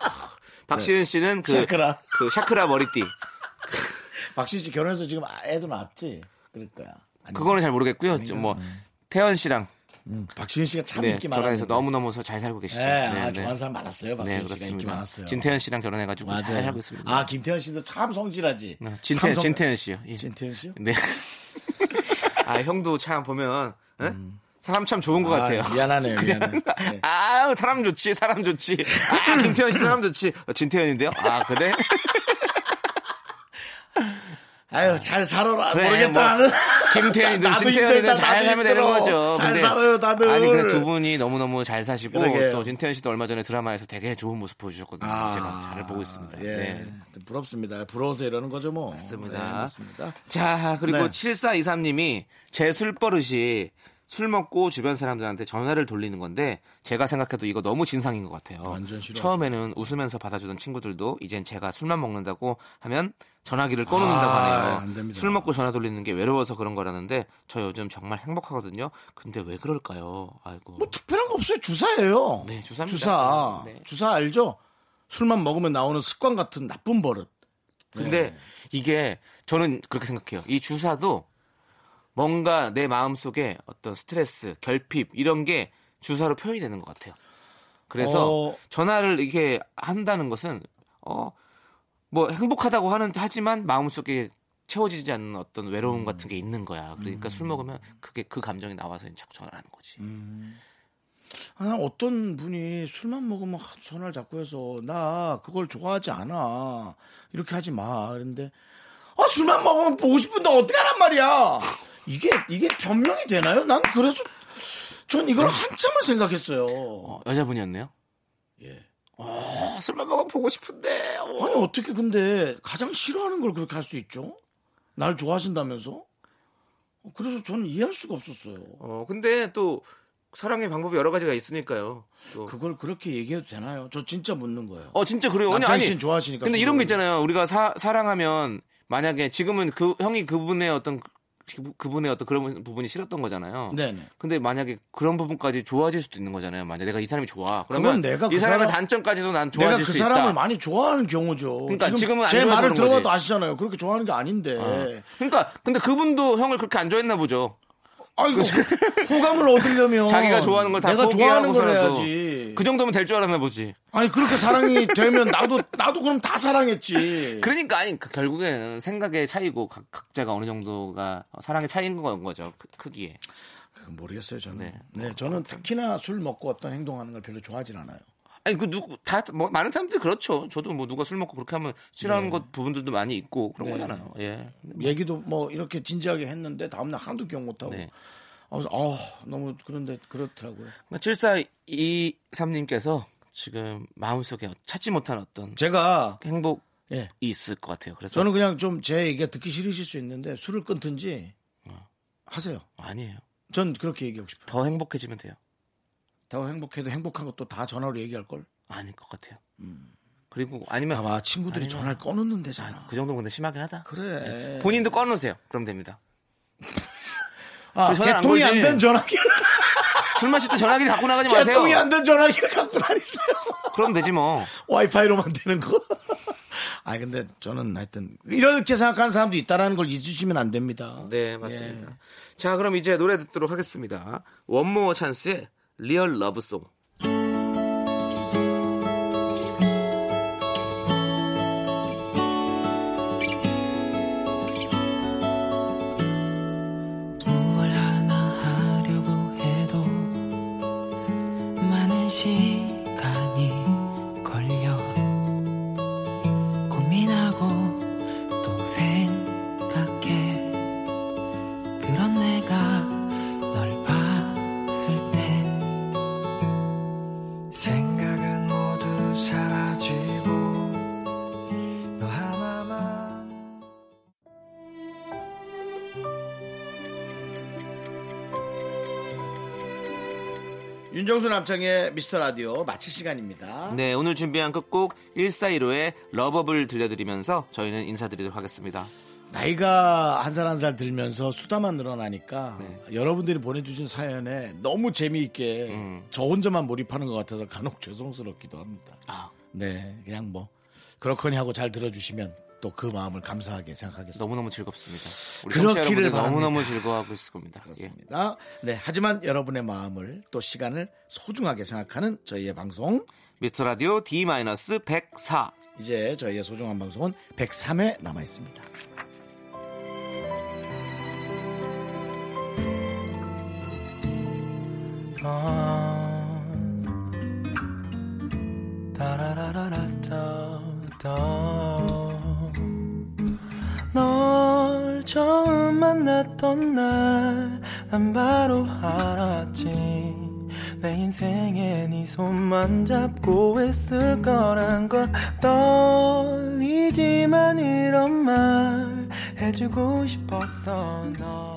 Speaker 2: 박시은 씨는 그,
Speaker 1: 샤크라.
Speaker 2: 그 샤크라 머리띠.
Speaker 1: 박신 씨 결혼해서 지금 아- 애도 낳았지? 그럴 거야. 아니,
Speaker 2: 그거는 잘 모르겠고요. 좀 뭐, 태연 씨랑.
Speaker 1: 음, 박신 씨가 참
Speaker 2: 네,
Speaker 1: 인기 많아서
Speaker 2: 결혼해서 너무너무 잘 살고 계시죠.
Speaker 1: 네, 아, 좋아하는 사람 많았어요. 박신
Speaker 2: 네,
Speaker 1: 씨가 인기
Speaker 2: 그렇습니다.
Speaker 1: 많았어요.
Speaker 2: 진태현 씨랑 결혼해가지고 잘
Speaker 1: 맞아요.
Speaker 2: 살고 있습니다.
Speaker 1: 아 김태현 씨도 참 성질하지.
Speaker 2: 네, 진태,
Speaker 1: 참 성-
Speaker 2: 진태현 씨요. 예.
Speaker 1: 진태현 씨요?
Speaker 2: 네. 아, 형도 참 보면, 응? 사람 참 좋은 것
Speaker 1: 음. 아,
Speaker 2: 같아요.
Speaker 1: 미안하네요. 미안해. 네.
Speaker 2: 아 사람 좋지 사람 좋지 아 김태현 씨 사람 좋지 어, 진태현인데요 아 그래
Speaker 1: 아유 잘 살아라.
Speaker 2: 그래,
Speaker 1: 모르겠다.
Speaker 2: 뭐,
Speaker 1: 나는.
Speaker 2: 김태현이든
Speaker 1: 나도
Speaker 2: 진태현이든
Speaker 1: 힘들다,
Speaker 2: 잘
Speaker 1: 나도
Speaker 2: 살면 되는
Speaker 1: 힘들어.
Speaker 2: 거죠
Speaker 1: 잘 살아요, 다들.
Speaker 2: 아니 근데 두 분이 너무너무 잘 사시고
Speaker 1: 그러게요.
Speaker 2: 또 진태현 씨도 얼마 전에 드라마에서 되게 좋은 모습 보여주셨거든요
Speaker 1: 아,
Speaker 2: 제가 잘 보고 있습니다
Speaker 1: 예,
Speaker 2: 네.
Speaker 1: 부럽습니다. 부러워서 이러는 거죠 뭐.
Speaker 2: 맞습니다.
Speaker 1: 네, 맞습니다.
Speaker 2: 자 그리고
Speaker 1: 네.
Speaker 2: 7423님이 제 술버릇이 술 먹고 주변 사람들한테 전화를 돌리는 건데 제가 생각해도 이거 너무 진상인 것 같아요.
Speaker 1: 완전 싫어하죠.
Speaker 2: 처음에는 웃으면서 받아주던 친구들도 이젠 제가 술만 먹는다고 하면 전화기를 꺼놓는다고
Speaker 1: 아, 안
Speaker 2: 하네요.
Speaker 1: 됩니다.
Speaker 2: 술 먹고 전화 돌리는 게 외로워서 그런 거라는데 저 요즘 정말 행복하거든요. 근데 왜 그럴까요? 아이고.
Speaker 1: 뭐 특별한 거 없어요. 주사예요.
Speaker 2: 네, 주사입니다.
Speaker 1: 주사.
Speaker 2: 네.
Speaker 1: 주사 알죠? 술만 먹으면 나오는 습관 같은 나쁜 버릇.
Speaker 2: 근데
Speaker 1: 네.
Speaker 2: 이게 저는 그렇게 생각해요. 이 주사도 뭔가 내 마음 속에 어떤 스트레스, 결핍 이런 게 주사로 표현이 되는 것 같아요. 그래서
Speaker 1: 어.
Speaker 2: 전화를 이렇게 한다는 것은 어 뭐 행복하다고 하는 하지만 마음 속에 채워지지 않는 어떤 외로움
Speaker 1: 음.
Speaker 2: 같은 게 있는 거야. 그러니까 술 먹으면 그게 그 감정이 나와서 자꾸 전화를 하는 거지.
Speaker 1: 음. 아, 어떤 분이 술만 먹으면 하도 전화를 자꾸 해서 나 그걸 좋아하지 않아 이렇게 하지 마 그런데 아 술만 먹으면 보고 싶은데 어떻게 하란 말이야 이게 이게 변명이 되나요? 난 그래서 전
Speaker 2: 네.
Speaker 1: 이걸 한참을 생각했어요.
Speaker 2: 어, 여자분이었네요. 예. 술만 먹으면 보고 싶은데. 어.
Speaker 1: 아니 어떻게 근데 가장 싫어하는 걸 그렇게 할 수 있죠? 날 좋아하신다면서? 그래서 저는 이해할 수가 없었어요.
Speaker 2: 어 근데 또 사랑의 방법이 여러 가지가 있으니까요. 또.
Speaker 1: 그걸 그렇게 얘기해도 되나요? 저 진짜 묻는 거예요.
Speaker 2: 어 진짜 그래요. 아니
Speaker 1: 남창희
Speaker 2: 아니.
Speaker 1: 씨는 좋아하시니까
Speaker 2: 그러니까 근데 이런
Speaker 1: 그거를.
Speaker 2: 거 있잖아요. 우리가 사, 사랑하면 만약에 지금은 그 형이 그분의 어떤 그- 그분의 어떤 그런 부분이 싫었던 거잖아요.
Speaker 1: 네네.
Speaker 2: 근데 만약에 그런 부분까지 좋아질 수도 있는 거잖아요. 만약 내가 이 사람이 좋아.
Speaker 1: 그건
Speaker 2: 그러면
Speaker 1: 내가
Speaker 2: 이
Speaker 1: 그
Speaker 2: 사람의
Speaker 1: 사람-
Speaker 2: 단점까지도 난
Speaker 1: 내가
Speaker 2: 좋아질
Speaker 1: 그
Speaker 2: 수
Speaker 1: 사람을
Speaker 2: 있다.
Speaker 1: 많이 좋아하는 경우죠.
Speaker 2: 그러니까 지금은 안
Speaker 1: 제
Speaker 2: 좋아서
Speaker 1: 말을
Speaker 2: 그런 거지.
Speaker 1: 들어봐도 아시잖아요. 그렇게 좋아하는 게 아닌데.
Speaker 2: 어. 그러니까 근데 그분도 형을 그렇게 안 좋아했나 보죠.
Speaker 1: 아이고 호감을 얻으려면
Speaker 2: 자기가 좋아하는 걸 다
Speaker 1: 어, 내가 좋아하는 걸
Speaker 2: 포기하고서라도
Speaker 1: 해야지.
Speaker 2: 그 정도면 될 줄 알았나 보지.
Speaker 1: 아니 그렇게 사랑이 되면 나도 나도 그럼 다 사랑했지.
Speaker 2: 그러니까 아니 그 결국에는 생각의 차이고 각, 각자가 어느 정도가 사랑의 차이인 건 거죠 크- 크기에.
Speaker 1: 그 모르겠어요 저는.
Speaker 2: 네.
Speaker 1: 네, 저는 특히나 술 먹고 어떤 행동하는 걸 별로 좋아하진 않아요.
Speaker 2: 아니 그 누구 다 뭐 많은 사람들이 그렇죠. 저도 뭐 누가 술 먹고 그렇게 하면 싫어하는 것 부분들도 많이 있고 그런 거잖아요. 예.
Speaker 1: 얘기도 뭐 이렇게 진지하게 했는데 다음날 하나도 기억 못하고.
Speaker 2: 네.
Speaker 1: 아, 그래서 어, 너무 그런데 그렇더라고요.
Speaker 2: 7423님께서 그러니까 지금 마음속에 찾지 못한 어떤
Speaker 1: 제가
Speaker 2: 행복이
Speaker 1: 예.
Speaker 2: 있을 것 같아요. 그래서
Speaker 1: 저는 그냥 좀 제 얘기가 듣기 싫으실 수 있는데 술을 끊든지
Speaker 2: 어.
Speaker 1: 하세요.
Speaker 2: 아니에요.
Speaker 1: 전 그렇게 얘기하고 싶어요.
Speaker 2: 더 행복해지면 돼요.
Speaker 1: 더 행복해도 행복한 것도 다 전화로 얘기할 걸.
Speaker 2: 아닐 것 같아요. 그리고 음. 아니면
Speaker 1: 봐봐 친구들이
Speaker 2: 아니면-
Speaker 1: 전화를 꺼놓는 데잖아.
Speaker 2: 아, 그 정도면 근데 심하긴 하다.
Speaker 1: 그래.
Speaker 2: 본인도 꺼놓으세요. 그럼 됩니다.
Speaker 1: 아,
Speaker 2: 그 전화를 안
Speaker 1: 개통이 안
Speaker 2: 걸지.
Speaker 1: 된 전화기.
Speaker 2: 술 마실 때 전화기를 갖고 나가지 마세요.
Speaker 1: 개통이 안 된 전화기를 갖고 다니세요.
Speaker 2: 그럼 되지 뭐.
Speaker 1: 와이파이로만 되는 거. 아 근데 저는 하여튼 이렇게 생각하는 사람도 있다라는 걸 잊으시면 안 됩니다.
Speaker 2: 네, 맞습니다. 자, 그럼 이제 노래 듣도록 하겠습니다. 원모어 찬스의 리얼 러브송.
Speaker 3: 무얼 하나 하려고 해도 많은 시간이 걸려 고민하고 또 생각해 그런 내가 널 봤을 때
Speaker 9: 생각은 모두 사라지고 너 하나만
Speaker 1: 예. 윤정수 남창의 미스터 라디오 마칠 시간입니다.
Speaker 2: 네, 오늘 준비한 끝곡 1415의 러버블 들려드리면서 저희는 인사드리도록 하겠습니다.
Speaker 1: 나이가 한 살 한 살 들면서 수다만 늘어나니까
Speaker 2: 네.
Speaker 1: 여러분들이 보내주신 사연에 너무 재미있게
Speaker 2: 음.
Speaker 1: 저 혼자만 몰입하는 것 같아서 간혹 죄송스럽기도 합니다.
Speaker 2: 아,
Speaker 1: 네, 그냥 뭐 그렇거니 하고 잘 들어주시면 또 그 마음을 감사하게 생각하겠습니다.
Speaker 2: 너무너무 즐겁습니다. 우리
Speaker 1: 그렇기를
Speaker 2: 청취자 여러분들
Speaker 1: 바랍니다.
Speaker 2: 너무너무 즐거워하고 있을 겁니다. 예.
Speaker 1: 그렇습니다. 네, 하지만 여러분의 마음을 또 시간을 소중하게 생각하는 저희의 방송
Speaker 2: 미스터 라디오 D-104.
Speaker 1: 이제 저희의 소중한 방송은 103회 남아 있습니다.
Speaker 3: 널 처음 만났던 날 난 바로 알았지 내 인생에 네 손만 잡고 있을 거란 걸 떨리지만 이런 말 해주고 싶었어 널